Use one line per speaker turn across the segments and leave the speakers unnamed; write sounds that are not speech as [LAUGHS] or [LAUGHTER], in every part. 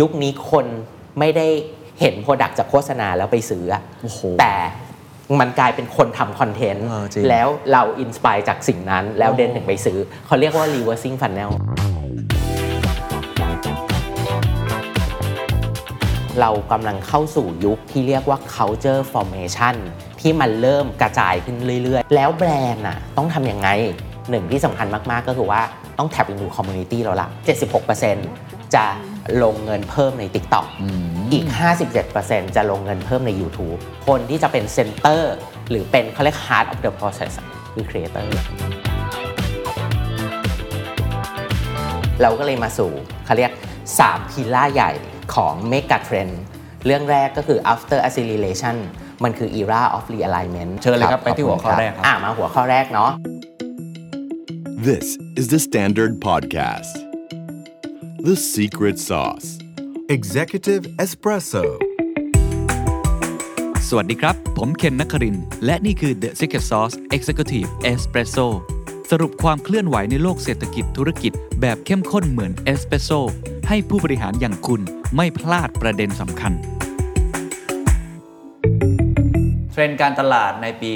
ยุคนี้คนไม่ได้เห็นโปรดักจากโฆษณาแล้วไปซื้ออะ
โอ้โห
แต่มันกลายเป็นคนทำคอนเทนต์
เออจริง
แล้วเราอินสปายจากสิ่งนั้น แล้วเดนถึงไปซื้อ เขาเรียกว่า reversing funnel เรากำลังเข้าสู่ยุคที่เรียกว่า culture formation ที่มันเริ่มกระจายขึ้นเรื่อย ๆ แล้วแบรนด์น่ะต้องทำยังไง หนึ่งที่สำคัญมาก ๆ ก็คือว่าต้องแท็บอินดูคอมมูนิตี้เราละ 76%จะลงเงินเพิ่มใน TikTok
อืม
อีก 57%จะลงเงินเพิ่มใน YouTube คนที่จะเป็นเซนเตอร์ หรือเป็นเขาเรียก heart of the process อะคือ creator เราก็เลยมาสู่เขาเรียก 3 พิล่าใหญ่ของ Mega Trend เรื่องแรกก็คือ after acceleration มันคือ era of realignment
เชิญเลยครับไปที่หัวข้อแรกครับ
อ่ามาหัวข้อแรกเนาะ
This is the Standard Podcast. The Secret Sauce Executive Espresso.
สวัสดีครับ ผมเคนนักครินทร์และนี่คือ The Secret Sauce Executive Espresso สรุปความเคลื่อนไหวในโลกเศรษฐกิจธุรกิจแบบเข้มข้นเหมือนเอสเปรสโซให้ผู้บริหารอย่างคุณไม่พลาดประเด็นสำคัญ
เทรนด์การตลาดในปี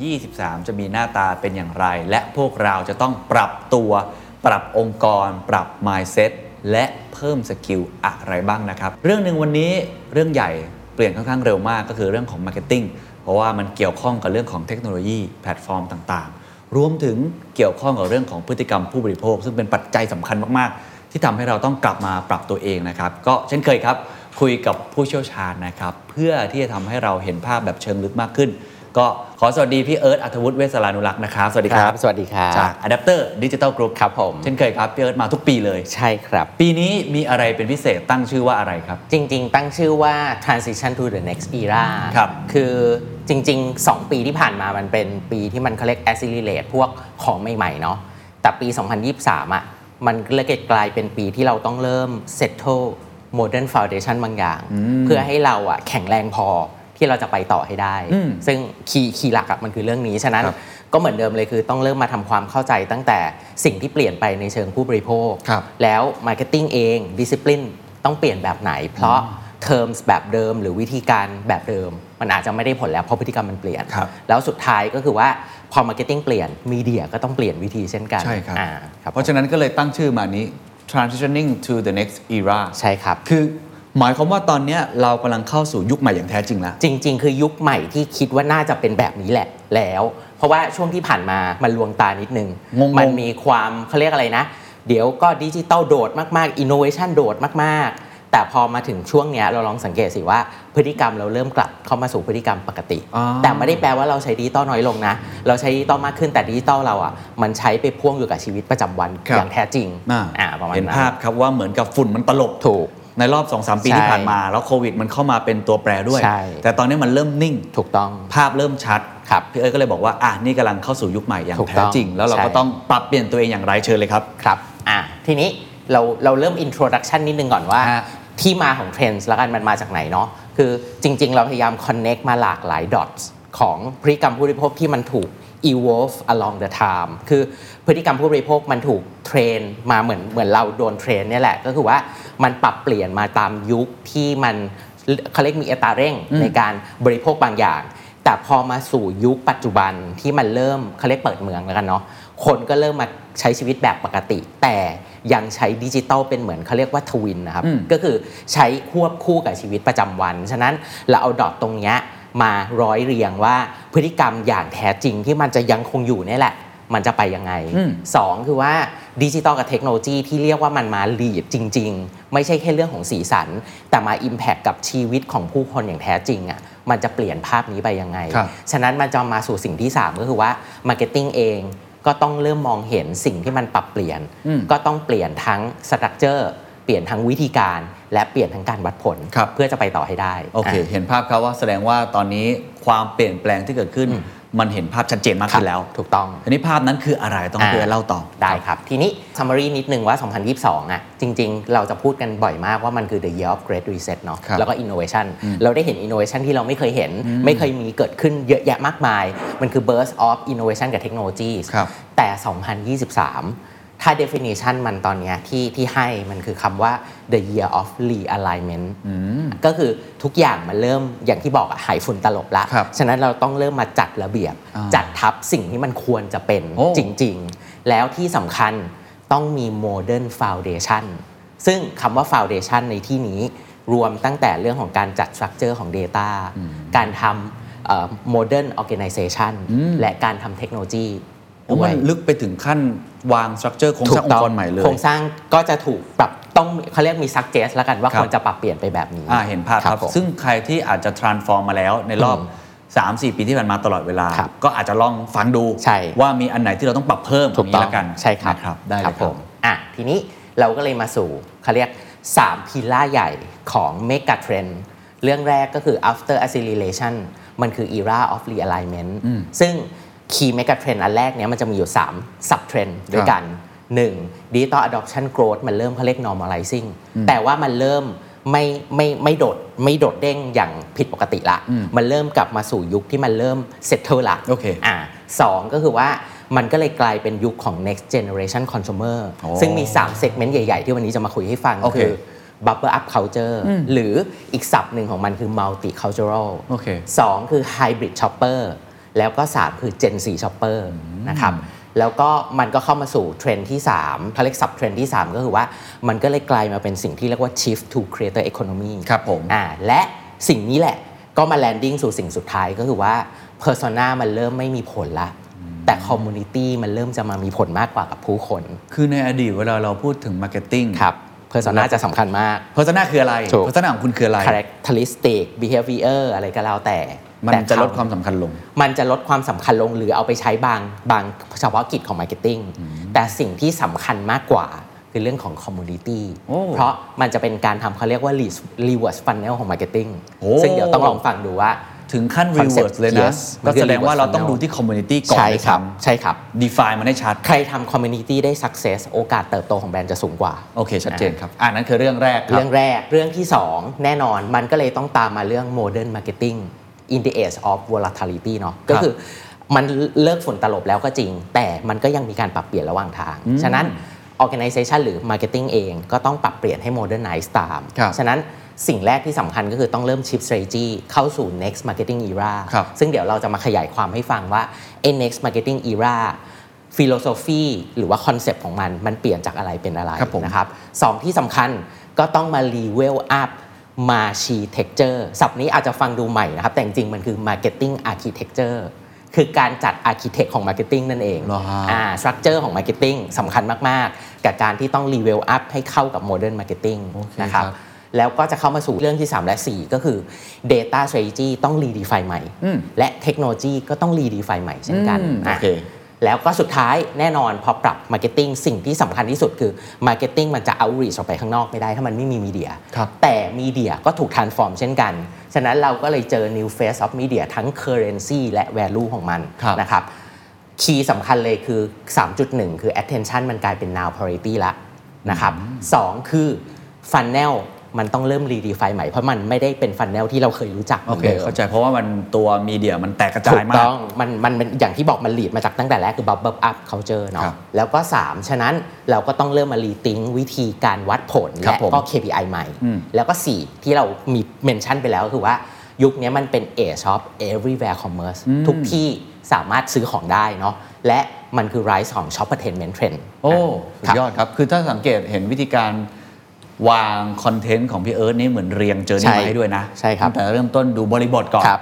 2023 จะมีหน้าตาเป็นอย่างไร และพวกเราจะต้องปรับตัว ปรับองค์กร ปรับ mindset และเพิ่มสกิลอะไรบ้างนะครับ เรื่องหนึ่งวันนี้เรื่องใหญ่เปลี่ยนค่อนข้างเร็วมากก็คือเรื่องของ marketing เพราะว่ามันเกี่ยวข้องกับเรื่องของเทคโนโลยีแพลตฟอร์มต่างๆ รวมถึงเกี่ยวข้องกับเรื่องของพฤติกรรมผู้บริโภค ซึ่งเป็นปัจจัยสำคัญมากๆ ที่ทำให้เราต้องกลับมาปรับตัวเองนะครับ ก็เช่นเคยครับ คุยกับผู้เชี่ยวชาญนะครับ เพื่อที่จะทำให้เราเห็นภาพแบบเชิงลึกมากขึ้น ก็ขอสวัสดีพี่เอิร์ธอัธวุฒิเวสรานุรักษ์นะครับ สวัสดีครับ
สวัสดีครับ
จากอะแดปเตอร์ดิจิตอลกรุ๊ป
ครับผม
เช่นเคยครับ พี่เอิร์ธมาทุกปีเลย
ใช่ครับ
ปีนี้มีอะไรเป็นพิเศษตั้งชื่อว่าอะไรครับ
จริง ๆ ตั้งชื่อว่า transition to the next era
ครับ
คือจริง ๆ 2 ปีที่ผ่านมามันเป็นปีที่มันเขาเรียก accelerate พวกของใหม่ ๆ เนาะ แต่ปี 2023 อ่ะ มันเลยกลายเป็นปีที่เราต้องเริ่ม settle modern foundation บางอย่าง เพื่อให้เราอ่ะแข็งแรงพอที่เราจะไปต่อให้ได้
อืม
ซึ่งคีย์คีย์หลักอะมันคือเรื่องนี้ ฉะนั้น
ครับ
ก็เหมือนเดิมเลยคือต้องเริ่มมาทำความเข้าใจตั้งแต่สิ่งที่เปลี่ยนไปในเชิงผู้บริโภค
ครับ
แล้ว Marketing เอง Discipline ต้องเปลี่ยนแบบไหน เพราะ Terms แบบเดิม หรือวิธีการแบบเดิม มันอาจจะไม่ได้ผลแล้ว เพราะพฤติกรรมมันเปลี่ยน
ครับ
แล้วสุดท้ายก็คือว่าพอ Marketing เปลี่ยนมีเดียก็ต้องเปลี่ยนวิธีเช่นกัน
ใช่ครับ
อ่าครับ
เพราะฉะนั้นก็เลยตั้งชื่อมานี้ transitioning to the next era
ใช่ครับ
คือหมายความว่าตอนเนี้ยเรากำลังเข้าสู่ยุคใหม่อย่างแท้จริงแล้ว
จริง ๆ คือยุคใหม่ที่คิดว่าน่าจะเป็นแบบนี้แหละแล้ว เพราะว่าช่วงที่ผ่านมามันลวงตานิดนึง
งงๆ
มันมีความเขาเรียกอะไรนะ เดี๋ยวก็ดิจิตอลโดดมากๆอินโนเวชันโดดมากๆ แต่พอมาถึงช่วงเนี้ยเราลองสังเกตสิว่าพฤติกรรมเราเริ่มกลับเข้ามาสู่พฤติกรรมปกติ
อ๋อ
แต่ไม่ได้แปลว่าเราใช้ดิจิตอลน้อยลงนะ เราใช้ดิจิตอลมากขึ้นแต่ดิจิตอลเราอ่ะมันใช้ไปพ่วงอยู่กับชีวิตประจำวันอย่างแท้จริง
อ่า
อ่าประมาณ
เห็น
นั้
ภาพ
น
ครับว่าเหมือนกับฝุ่นมันตลบ
ถูก
ในรอบ 2-3 ปีที่
ใช่
ผ่านมา แล้วโควิดมันเข้ามาเป็นตัวแปรด้วย
ใช่
แต่ตอนนี้มันเริ่มนิ่ง
ถูกต้อง
ภาพเริ่มชัด
ครับ
พี่เอ้ยก็เลยบอกว่า อ่ะ นี่กำลังเข้าสู่ยุคใหม่อย่าง
ถูก
แท้
ต้อง
จริง แล้วเรา
ใช่
ก็ต้องปรับเปลี่ยนตัวเองอย่างไรเชิญเลยครับ
ครับ อ่ะ ทีนี้เราเราเริ่มอินโทรดักชันนิดนึงก่อนว่า
ฮะ
ที่มาของเทรนด์แล้วกันมันมาจากไหนเนาะ คือจริง ๆ เราพยายาม Connect มาหลากหลาย dots ของพฤติกรรมผู้บริโภคที่มันถูก evolve along the time คือพฤติกรรมผู้บริโภคมันถูกเทรนมาเหมือนเหมือนเราโดนเทรนเนี่ยแหละ ก็คือว่ามันปรับเปลี่ยนมาตามยุคที่มันเขาเรียกมีอัตราเร่ง
อืม
ในการบริโภคบางอย่าง แต่พอมาสู่ยุคปัจจุบันที่มันเริ่มเขาเรียกเปิดเมืองแล้วกันเนาะคนก็เริ่มมาใช้ชีวิตแบบปกติ แต่ยังใช้ดิจิตอลเป็นเหมือนเขาเรียกว่าทวินนะครับ
อืม
ก็คือใช้ควบคู่กับชีวิตประจำวัน ฉะนั้นเราเอาดอทตรงเนี้ยมาร้อยเรียงว่าพฤติกรรมอย่างแท้จริงที่มันจะยังคงอยู่เนี่ยแหละ มันจะไปยังไง
อืม
สองคือว่าดิจิตอลกับเทคโนโลยีที่เรียกว่ามันมาลีดจริง ๆ ไม่ใช่แค่เรื่องของสีสัน แต่มา Impact กับชีวิตของผู้คนอย่างแท้จริงอะ่ะมันจะเปลี่ยนภาพนี้ไปยังไง
ครับ
ฉะนั้นมันจะมาสู่สิ่งที่ 3 ก็คือว่า Marketing เองก็ต้องเริ่มมองเห็นสิ่งที่มันปรับเปลี่ยน
อืม
ก็ต้องเปลี่ยนทั้งสตรัคเจอร์เปลี่ยนทั้งวิธีการ และเปลี่ยนทั้งการวัดผล
ครับ
เพื่อจะไปต่อให้ได้
โอเค
ะ
เห็นภาพครับว่าแสดงว่าตอนนี้ความเปลี่ยนแปลงที่เกิดขึ้น
อืม
มันเห็นภาพชัดเจนมาก
ครับ
ขึ้นแล้ว
ถูกต้อง
ทีนี้ภาพนั้นคืออะไรต้องให้พี่เอิร์ธเล่าต่อ
ได้ครับ ทีนี้ summary นิดนึงว่า 2022 อ่ะ จริง ๆ เราจะพูดกันบ่อยมากว่ามันคือ the year of great reset เนาะ
ครับ
แล้วก็ innovation เราได้เห็น innovation ที่เราไม่เคยเห็น ไม่เคยมีเกิดขึ้นเยอะแยะมากมาย มันคือ burst of innovation กับ technology
ครับ
แต่ 2023 ถ้า definition มันตอนเนี้ยที่ที่ให้มันคือคำว่า the year of realignment ก็คือทุกอย่างมันเริ่มอย่างที่บอกอะหายฝุ่นตลบละ
ครับ
ฉะนั้นเราต้องเริ่มมาจัดระเบียบ
อ่า
จัดทับสิ่งที่มันควรจะเป็น
โอ้
จริง ๆ แล้วที่สำคัญต้องมี modern foundation ซึ่งคำว่า foundation ในที่นี้รวมตั้งแต่เรื่องของการจัด structure ของ data การทำเอ่อ modern organization และการทำเทคโนโลยี
โอ้
ด้ว
มัน
ย
ลึกไปถึงขั้นวางสตรัคเจอร์โครงสร้างองค์กรใหม่เลย
โครงสร้างก็จะถูกปรับต้องเขาเรียกมีซักเจสแล้วกันว่า
ครับ
ควรจะปรับเปลี่ยนไปแบบนี้
อ่าเห็นภาพครับ
ผม
ซึ่งใครที่อาจจะ transform มาแล้วในรอบ 3-4 ปีที่ผ่านมาตลอดเวลา
ครับ
ก็อาจจะลองฟังดู
ใช่
ว่ามีอันไหนที่เราต้องปรับเพิ่ม
ถูกต้
ย่า
องง
นี้ละกัน
ใช่ครับ
นะครับ ได้เลยค
ผ
รับ
มอ่ะทีนี้เราก็เลยมาสู่เขาเรียก 3 พิล่าใหญ่ของ Mega Trend เรื่องแรกก็คือ after acceleration มันคือ era of realignment ซึ่ง key mega trend อันแรกเนี้ยมันจะมีอยู่ 3 sub trend ด้วยกัน 1. digital adoption growth มันเริ่มเขาเรียก normalizing แต่ว่ามันเริ่มไม่ไม่ไม่โดดไม่โดดเด้งอย่างผิดปกติละ มันเริ่มกลับมาสู่ยุคที่มันเริ่ม settle ละ
โอเค
อ่าสองก็คือว่ามันก็เลยกลายเป็นยุคของ next generation consumer
โอ้
ซึ่งมี 3 segment ใหญ่ ๆ ที่วันนี้จะมาคุยให้ฟัง
โอเค
คือ bubble up culture หรืออีกศัพท์หนึ่งของมันคือ multi cultural
โอเค
สองคือ hybrid shopper แล้วก็ 3 คือ Gen 4 shopper นะครับ แล้วก็มันก็เข้ามาสู่เทรนด์ที่3เขาเรียก sub เทรนด์ที่ 3 ก็คือว่ามันก็เลยกลายมาเป็นสิ่งที่เรียกว่า shift to creator economy
ครับผม
อ่าและสิ่งนี้แหละก็มาแลนดิ้งสู่สิ่งสุดท้ายก็คือว่า Persona มันเริ่มไม่มีผลละ แต่ Community มันเริ่มจะมามีผลมากกว่ากับผู้คน
คือในอดีตเวลาเราพูดถึง marketing
ครับ Persona จะสำคัญมาก
เพอร์ซนาคืออะไร
ถูก
เพอร์ซนาของคุณคืออะไร
Characteristic Behavior อะไรก็แล้วแต่
มัน
แต่
จะลด
ำ
ความสำคัญลง
มันจะลดความสำคัญลงหรือเอาไปใช้บางบางเฉพาะกิจของ Marketing แต่สิ่งที่สำคัญมากกว่าคือเรื่องของ Community
โอ้
เพราะมันจะเป็นการทำเขาเรียกว่า re- Reverse Funnel ของ Marketing
โอ้
ซึ่งเดี๋ยวต้องลองฟังดูว่า
ถึงขั้น
Concept
reverse เลยนะ
yes
ก็แสดงว่าเราต้อง
มันคือ reverse
ดูที่ community ก่อน
ใช่
ด้วย
ครับ ใช่ครับ
define มันให้ชัด
ใครทำ Community ได้ Success โอกาสเติบโตของแบรนด์จะสูงกว่า
โอเค ชัดเจนครับ อ่านั้นคือเรื่องแรกครั
เรื่องแรกเรื่องที่ 2 แน่นอนมันก็เลยต้องตามมาเรื่อง modern marketing in the age of volatility เนาะก็คือมันเลิกฝุ่นตลบแล้วก็จริง แต่มันก็ยังมีการปรับเปลี่ยนระหว่างทาง ฉะนั้น organization หรือ marketing เองก็ต้องปรับเปลี่ยนให้ modernize ตาม
ครับ
ฉะนั้นสิ่งแรกที่สำคัญก็คือต้องเริ่ม shift strategy เข้าสู่ next marketing era
ครับ
ซึ่งเดี๋ยวเราจะมาขยายความให้ฟังว่าไอ้ next marketing era ฟิโลโซฟีหรือว่าคอนเซปต์ของมันมันเปลี่ยนจากอะไรเป็นอะไร
ครับผม
นะครับ นะครับสองที่สำคัญก็ต้องมารีเวลอัพมาชีเท t เจอร์ศัพท์นี้อาจจะฟังดูใหม่นะครับ แต่จริงๆ มันคือ Marketing Architecture คือการจัด Architect ของ Marketing นั่นเอง
เหรอฮะ
อ่า Structure ของ Marketing สำคัญมาก ๆ กับการที่ต้องรีเวลอัพให้เข้ากับ Modern Marketing
โอเค
นะครับ
ครับ
แล้วก็จะเข้ามาสู่เรื่องที่ 3 และ 4 ก็คือ Data Strategy ต้อง redefine ใหม่
อืม
และเทคโนโลยีก็ต้อง redefine ใหม่เช่นกัน
อืม
นะ
โอเค
แล้วก็สุดท้ายแน่นอนพอปรับ Marketing สิ่งที่สำคัญที่สุดคือ Marketing มันจะ outreach ออกไปข้างนอกไม่ได้ ถ้ามันไม่มีมีเดีย
ครับ
แต่มีเดียก็ถูก transform เช่นกัน ฉะนั้นเราก็เลยเจอ new face of media ทั้ง currency และ value ของมัน
ครับ
นะครับ คีย์สำคัญเลยคือ 3.1 คือ attention มันกลายเป็น now priority ละนะครับสองคือ funnel มันต้องเริ่ม redefine ใหม่เพราะมันไม่ได้เป็น funnel ที่เราเคยรู้จักห
โอ
มืน
เค
ดิม
เข้าใจเพราะว่ามันตัวมีเดียมันแตกกระจา
ถู
ย
ก
มา
ต้
ก
องมันมันเป็นอย่างที่บอกมันหลีดมาจากตั้งแต่แรกคือ bubble up culture เนาะ
ครับ
แล้วก็ 3 ฉะนั้นเราก็ต้องเริ่มมารีทิงวิธีการวัดผล
ครับ
และ
ผม
ก็ KPI ใหม่
อืม
แล้วก็ 4 ที่เรามีเมนชั่นไปแล้วก็คือว่ายุคนี้มันเป็น age of everywhere commerce
อืม
ทุกที่สามารถซื้อของได้เนาะและมันคือ rise ของ shop attainment trend
โอ้ สุ
ครั
ด
บ
ยอดครับ คือถ้าสังเกตเห็นวิธีการวางคอนเทนต์ของพี่เอิร์ธนี่เหมือนเรียงเจอร์นี่
ใช่
มาให้ด้วยนะ
ใช่ครับ
ตั้งแต่เริ่มต้นดูบริบทก่อน
ครับ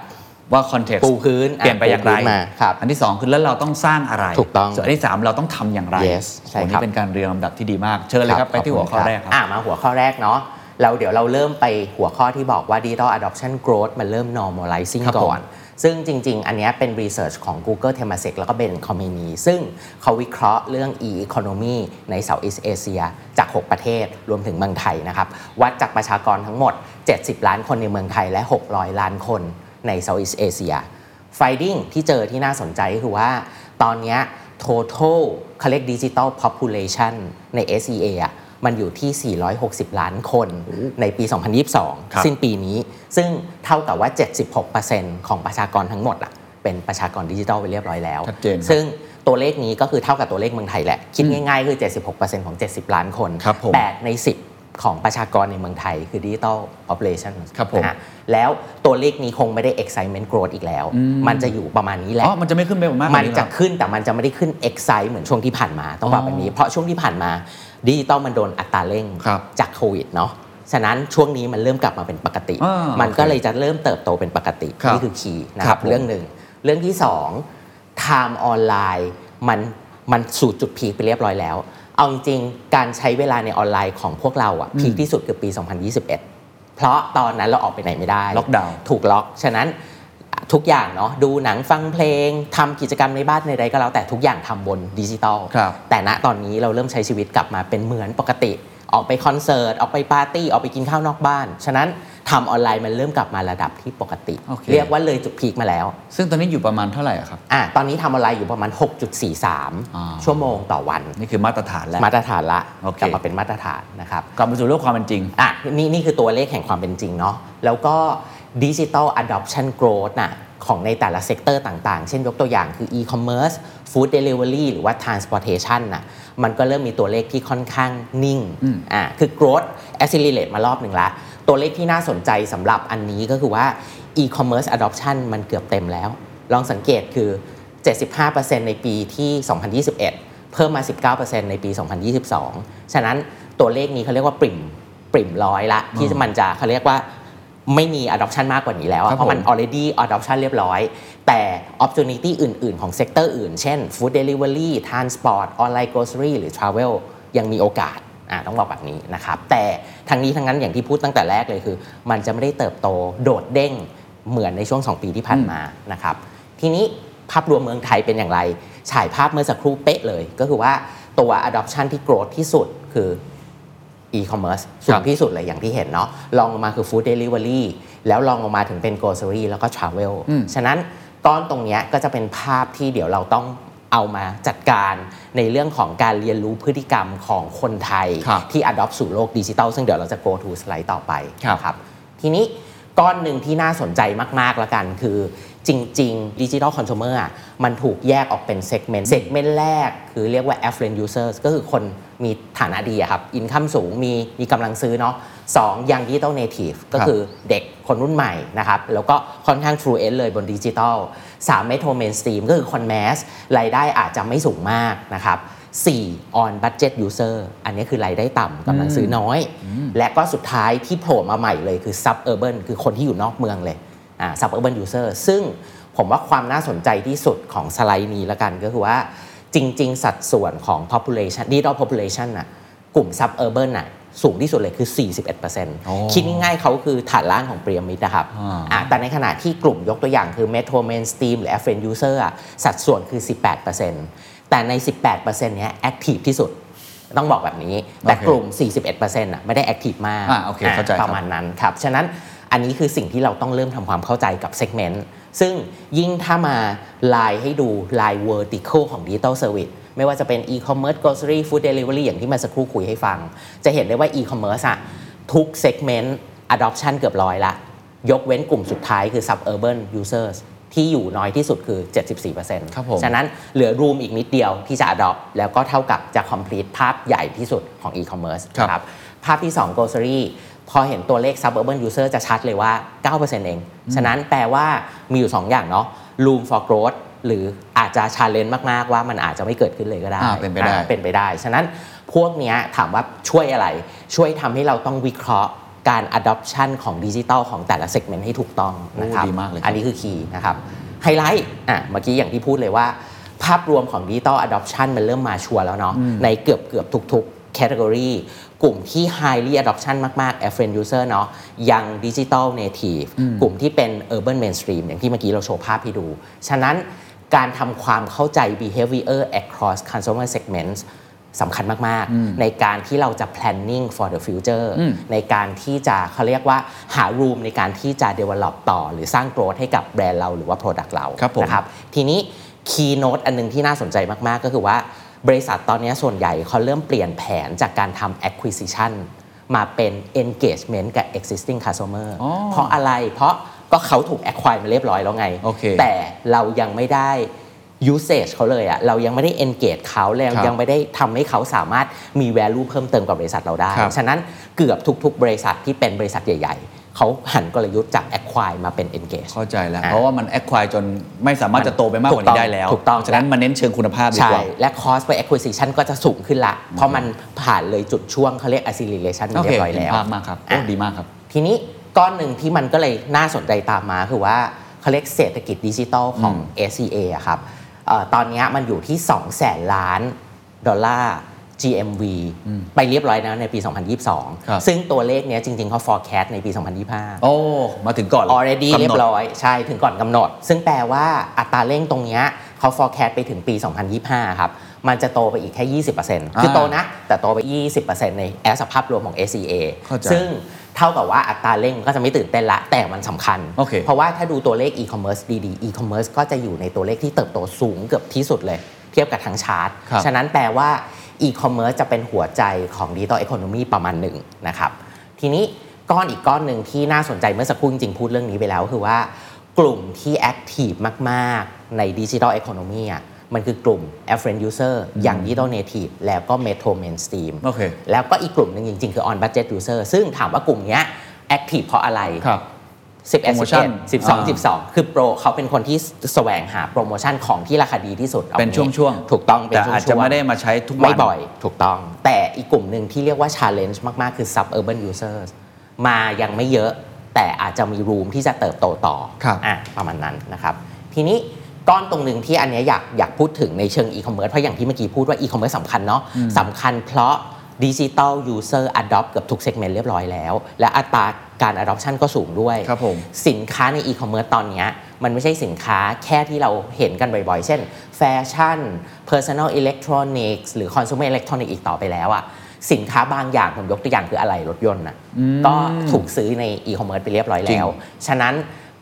ว่าคอนเท็กซ์
ปูพื้น
เปลี่ยนไปอย่างไร
ปูพื้นมาครับ
อันที่ 2 คือแล้วเราต้องสร้างอะไร
ถูกต้อง
ส่วนอันที่ 3 เราต้องทำอย่างไร
Yes ใช่
โอ้
ครั
นี่
บ
เป็นการเรียงลำดับที่ดีมาก เชิญเลยครับ ไปที่หัวข้อแรกครับ
อ่ามาหัวข้อแรกเนาะเราเดี๋ยวเราเริ่มไปหัวข้อที่บอกว่า Digital Adoption Growth มันเริ่ม normalizing
ครับผม
ก่อน ซึ่งจริง ๆ อันเนี้ยเป็น research ของ Google Temasek แล้วก็ Ben c o m m a n y ซึ่งเขาวิเคราะห์เรื่อง e-economy ในเซาท์อีสเอเชียจาก 6 ประเทศรวมถึงเมืองไทยนะครับ วัดจากประชากรทั้งหมด 70 ล้านคนในเมืองไทยและ 600 ล้านคนในเซาท์อีสเอเชีย finding ที่เจอที่น่าสนใจก็คือว่าตอนเนี้ย total เขาเรียก digital population ใน SEA อ่ะมันอยู่ที่ 460 ล้านคนในปี
ครับ
2022 สิ้นปีนี้ ซึ่งเท่ากับว่า 76%ของประชากรทั้งหมดอ่ะเป็นประชากรดิจิทัลไปเรียบร้อยแล้ว
ชัดเจนครับ
ซึ่ง ตัวเลขนี้ก็คือเท่ากับตัวเลขเมืองไทยแหละ คิดง่ายๆ คือ 76%ของ 70 ล้านคน
ครับผม
8ใน 10 ของประชากรในเมืองไทยคือดิจิ t a ล population
ครับผม
นะฮะแล้วตัวเลขนี้คงไม่ได้ excitement growth อีกแล้ว มันจะอยู่ประมาณนี้แหละ
อ๋อมันจะไม่ขึ้นไปมากกว่า
มัน
นี้หรอ
จะขึ้นแต่มันจะไม่ได้ขึ้น excite เหมือนช่วงที่ผ่านมาต้องบอกแบบนี้ เพราะช่วงที่ผ่านมาดิจิตอลมันโดนอัตราเร่ง
ครับ
จากโควิดเนาะฉะนั้นช่วงนี้มันเริ่มกลับมาเป็นปกติ
อ่ามั
มันก็เลยจะเริ่มเติบโตเป็นปกติ
ครับ
นี่คือคีย์นะ
ค
ค
รั
รั
บบ ผม
เรื่องหนึ่งเรื่องที่สอง time ออนไลน์มันมันสู่จุดพีคไปเรียบร้อยแล้ว เอาจริงๆการใช้เวลาในออนไลน์ของพวกเราอะพีคที่สุดคือปี 2021 เพราะตอนนั้นเราออกไปไหนไม่ได้
ล็อกดาวน์
ถูกล็อก ฉะนั้นทุกอย่างเนาะดูหนังฟังเพลงทำกิจกรรมในบ้านใดๆก็แล้วแต่ทุกอย่างทำบนดิจิตอล
ครับ
แต่ณตอนนี้เราเริ่มใช้ชีวิตกลับมาเป็นเหมือนปกติ ออกไปคอนเสิร์ต ออกไปปาร์ตี้ ออกไปกินข้าวนอกบ้าน ฉะนั้นทำออนไลน์มันเริ่มกลับมาระดับที่ปกติ
โอเค
เรียกว่าเลยจุดพีคมาแล้ว
ซึ่งตอนนี้อยู่ประมาณเท่าไหร่อะครับ
อ่ะตอนนี้ทำออนไลน์อยู่ประมาณ
อ่า
6.43 ชั่วโมงต่อวัน
นี่คือมาตรฐานแล้ว
มาตรฐานละ
โอเค
กลับมาเป็นมาตรฐานนะครับ
กลับมาสู่โลกความเป็นจริง
อ่ะนี่นี่คือตัวเลขแห่งความเป็นจริงเนาะแล้วก็ดิจิ t a ลอะดอปชัน growth น่ะของในแต่ละเซกเตอร์ต่างๆ เช่นยกตัวอย่างคือ e-commerce food delivery หรือว่า transportation น่ะมันก็เริ่มมีตัวเลขที่ค่อนข้างนิ่งอ่ะคือ growth accelerate มารอบหนึ่งละ ตัวเลขที่น่าสนใจสำหรับอันนี้ก็คือว่า e-commerce adoption มันเกือบเต็มแล้ว ลองสังเกตคือ 75%ในปีที่ 2021 เพิ่มมา 19%ในปี 2022 ฉะนั้นตัวเลขนี้เขาเรียกว่าปริ่ม ปริ่มร้อยละ ที่มันจะเขาเรียกว่าไม่มี adoption มากกว่านี้แล้วอะ
ครับ
เพราะมัน
ผม
already adoption เรียบร้อย แต่ opportunity อื่น ๆ ของ sector อื่น เช่น food delivery transport online grocery หรือ travel ยังมีโอกาสอ่ะต้องบอกแบบนี้นะครับ แต่ทั้งนี้ทั้งนั้นอย่างที่พูดตั้งแต่แรกเลยคือ มันจะไม่ได้เติบโตโดดเด้งเหมือนในช่วง 2 ปีที่ผ่านมานะครับ ทีนี้ภาพรวมเมืองไทยเป็นอย่างไร ฉายภาพเมื่อสักครู่เป๊ะเลย ก็คือว่าตัว adoption ที่ growth ที่สุดคือ e-commerce สู
ครั
ง
บ
ที่สุดเลยอย่างที่เห็นเนาะรองลงมาคือ food delivery แล้วรองลงมาถึงเป็น grocery แล้วก็ travel ฉะนั้นก้อนตรงเนี้ยก็จะเป็นภาพที่เดี๋ยวเราต้องเอามาจัดการในเรื่องของการเรียนรู้พฤติกรรมของคนไทย
ครับ
ที่ adopt สู่โลกดิจิทัล ซึ่งเดี๋ยวเราจะ go to slide ต่อไป
ครับ
นะครับ ทีนี้ก้อนหนึ่งที่น่าสนใจมากๆละกันคือจริงๆดิจิทัลคอน sumer อ่ะมันถูกแยกออกเป็นเซกเมนต์เซกเมนต์แรกคือเรียกว่า affluent users ก็คือคนมีฐานะดีอะครับอินคัมสูงมีมีกำลังซื้อเนาะสองยังดิจิทัลเนทีฟก็คือเด็กคนรุ่นใหม่นะครับ แล้วก็ค่อนข้าง True e n d เลยบนดิจิทัลสามเมโทรเมนสตรีมก็คือคนแมสรายได้อาจจะไม่สูงมากนะครับสี่ on budget user อันนี้คือรายได้ต่ำกำลังซื้อน้อย และก็สุดท้ายที่โผล่มาใหม่เลยคือ suburban คือคนที่อยู่นอกเมืองเลยอ่า suburban user ซึ่งผมว่าความน่าสนใจที่สุดของสไลด์นี้ละกันก็คือว่าจริง ๆ สัดส่วนของ population digital population น่ะกลุ่ม suburban น่ะสูงที่สุดเลยคือ 41%คิดง่ายๆเขาคือฐานล่างของพีระมิดนะครับ
อ่า
อ่าแต่ในขณะที่กลุ่มยกตัวอย่างคือ metro mainstream หรือ affluent user อ่ะสัดส่วนคือ 18%แต่ใน 18%เนี้ย active ที่สุด ต้องบอกแบบนี้ แต่
โอเค
กลุ่ม 41%อ่ะไม่ได้แอคทีฟมาก
อ่าโอเคเข้าใจ
ประมาณนั้นครับ ฉะนั้นอันนี้คือสิ่งที่เราต้องเริ่มทำความเข้าใจกับเซกเมนต์ซึ่งยิ่งถ้ามาลายให้ดูลาย vertical ของ Digital Service ไม่ว่าจะเป็น e-commerce grocery food delivery อย่างที่มาสักครู่คุยให้ฟัง จะเห็นได้ว่า e-commerce อะทุกเซกเมนต์ adoption เกือบร้อยละ ยกเว้นกลุ่มสุดท้ายคือ suburban users ที่อยู่น้อยที่สุดคือ 74%
ครับผม
ฉะนั้น นั้นเหลือรูมอีกนิดเดียวที่จะ adopt แล้วก็เท่ากับจะ complete ภาพใหญ่ที่สุดของ e-commerce
ครับ
นะภาพที่ 2 grocery พอเห็นตัวเลข suburban user จะชัดเลยว่า 9%เอง ฉะนั้นแปลว่ามีอยู่ 2 อย่างเนาะ room for growth หรืออาจจะ challenge มาก ๆ ว่ามันอาจจะไม่เกิดขึ้นเลยก็ได้
อ่าเป็นไปได้
เป็นไปได้ ฉะนั้นพวกเนี้ยถามว่าช่วยอะไร ช่วยทำให้เราต้องวิเคราะห์การ adoption ของดิจิทัลของแต่ละ segment ให้ถูกต้องนะครับ
โอ้ดีมากเลยครับ
อันนี้คือคีย์นะครับ ไฮไลท์อ่ะเมื่อกี้อย่างที่พูดเลยว่า ภาพรวมของดิจิตอลอะดอปชันมันเริ่มมาชัวร์แล้วเนาะในเกือบเกือบทุกๆ category กลุ่มที่ highly adoption มากๆ affluent user เนาะยังดิจิตอล native กลุ่มที่เป็น urban mainstream อย่างที่เมื่อกี้เราโชว์ภาพให้ดู ฉะนั้นการทำความเข้าใจ behavior across consumer segments สำคัญมาก ๆ ในการที่เราจะ planning for the future ในการที่จะเขาเรียกว่าหา room ในการที่จะ develop ต่อ หรือสร้าง growth ให้กับแบรนด์เราหรือว่า product เรา
ครับผม
นะครับ ทีนี้ key note อันหนึงที่น่าสนใจมาก ๆ ก็คือว่าบริษัทตอนนี้ส่วนใหญ่เขาเริ่มเปลี่ยนแผนจากการทำ acquisition มาเป็น engagement กับ existing customer เพราะอะไร เพราะก็เขาถูก acquire มาเรียบร้อยแล้วไง
โอเค
แต่เรายังไม่ได้ usage เขาเลยอะเรายังไม่ได้ engage เขาแล้ว
ครับ
ยังไม่ได้ทำให้เขาสามารถมี value เพิ่มเติมกับบริษัทเราได้
ครับ
ฉะนั้นเกือบทุก ๆ บริษัทที่เป็นบริษัทใหญ่ ๆ เขาหันกลยุทธ์จาก acquire มาเป็น engage
เข้าใจแล้ว
อ่ะ
เพราะว่ามันแอคควายจนไม่สามารถจะโตไปมากกว่านี้ได้แล้ว
ถูกต้อง
ฉะนั้นมันเน้นเชิงคุณภาพดีก
ใช่
ว่า
และ cost per acquisition ก็จะสูงขึ้นละ เพราะมันผ่านเลยจุดช่วงเขาเรียก acceleration
โอ
เรียบ
เค
ร้อย
เห็
แล้
น
ว
ภาพมากครับโอ้
อ่ะ
ดีมากครับ
ทีนี้ก้อนหนึ่งที่มันก็เลยน่าสนใจตามมาคือว่าเขาเรียกเศรษฐกิจดิจิทัลของ
อืม
SCA อะครับเอ่อตอนเนี้ยมันอยู่ที่ 2 แสนล้าน ดอลลาร์ GMV
อืม
ไปเรียบร้อยแล้วในปี
ครับ
2022 ซึ่งตัวเลขเนี้ยจริง ๆเขา forecast ในปี 2025
โอ้ มาถึงก่อน
already
กำหนด
เรียบร้อย ใช่ถึงก่อนกำหนด ซึ่งแปลว่าอัตราเร่งตรงเนี้ยเขา forecast ไปถึงปี 2025 ครับ มันจะโตไปอีกแค่ 20%คือโตนะ แต่โตไป 20%ในแอสภาพรวมของ SEA
เข้าใจ
ซึ่งเท่ากับว่าอัตราเร่งก็จะไม่ตื่นเต้นละ แต่มันสำคัญ
โอเค
เพราะว่าถ้าดูตัวเลข e-commerce ดีๆ e-commerce ก็จะอยู่ในตัวเลขที่เติบโตสูงเกือบที่สุดเลย เทียบกับทั้งชาร์ต
ครับ
ฉะนั้นแปลว่า e-commerce จะเป็นหัวใจของ digital economy ประมาณหนึ่งนะครับ ทีนี้ก้อนอีกก้อนหนึ่งที่น่าสนใจเมื่อสักครู่จริงๆพูดเรื่องนี้ไปแล้ว คือว่ากลุ่มที่แอคทีฟมากๆ ในดิจิทัล e อ o n o m y อ่ะมันคือกลุ่ม a f f i n t user อย่าง digital native แล้วก็ metro mainstream
โอเค
แล้วก็อีกกลุ่มหนึ่งจริง ๆ คือ on budget user ซึ่งถามว่ากลุ่มเนี้ยแอคทีฟเพราะอะไร
ครับ
11
Promotion
11 12 12 คือโปรเขาเป็นคนที่แสวงหาโปรโมชั่นของที่ราคาดีที่สุดอา
เป็นช่วงๆ
ถูกต้องเป็น
แต่
ช่วงๆ
อาจจะไม่ได้มาใช้ทุกวัน
ไม่บ่อย ถูกต้อง แต่อีกกลุ่มหนึ่งที่เรียกว่า challenge มาก ๆ คือ suburban users มายังไม่เยอะ แต่อาจจะมี room ที่จะเติบโตต่อ
ครับ
อ่ะประมาณนั้นนะครับ ทีนี้ก้อนตรงหนึ่งที่อันเนี้ยอยากอยากพูดถึงในเชิง e-commerce เพราะอย่างที่เมื่อกี้พูดว่า e-commerce สำคัญเนาะสำคัญเพราะ digital user adopt เกือบทุก segment เรียบร้อยแล้ว และอัตราการ adoption ก็สูงด้วย
ครับผม
สินค้าในอีคอมเมิร์ซตอนเนี้ยมันไม่ใช่สินค้าแค่ที่เราเห็นกันบ่อยๆ เช่นแฟชั่น Personal Electronics หรือ Consumer Electronics อีกต่อไปแล้วอะสินค้าบางอย่างผมยกตัวอย่างคืออะไรรถยนต์นะก็ถูกซื้อในอีคอมเมิร์ซไปเรียบร้อยแล้ว ฉะนั้น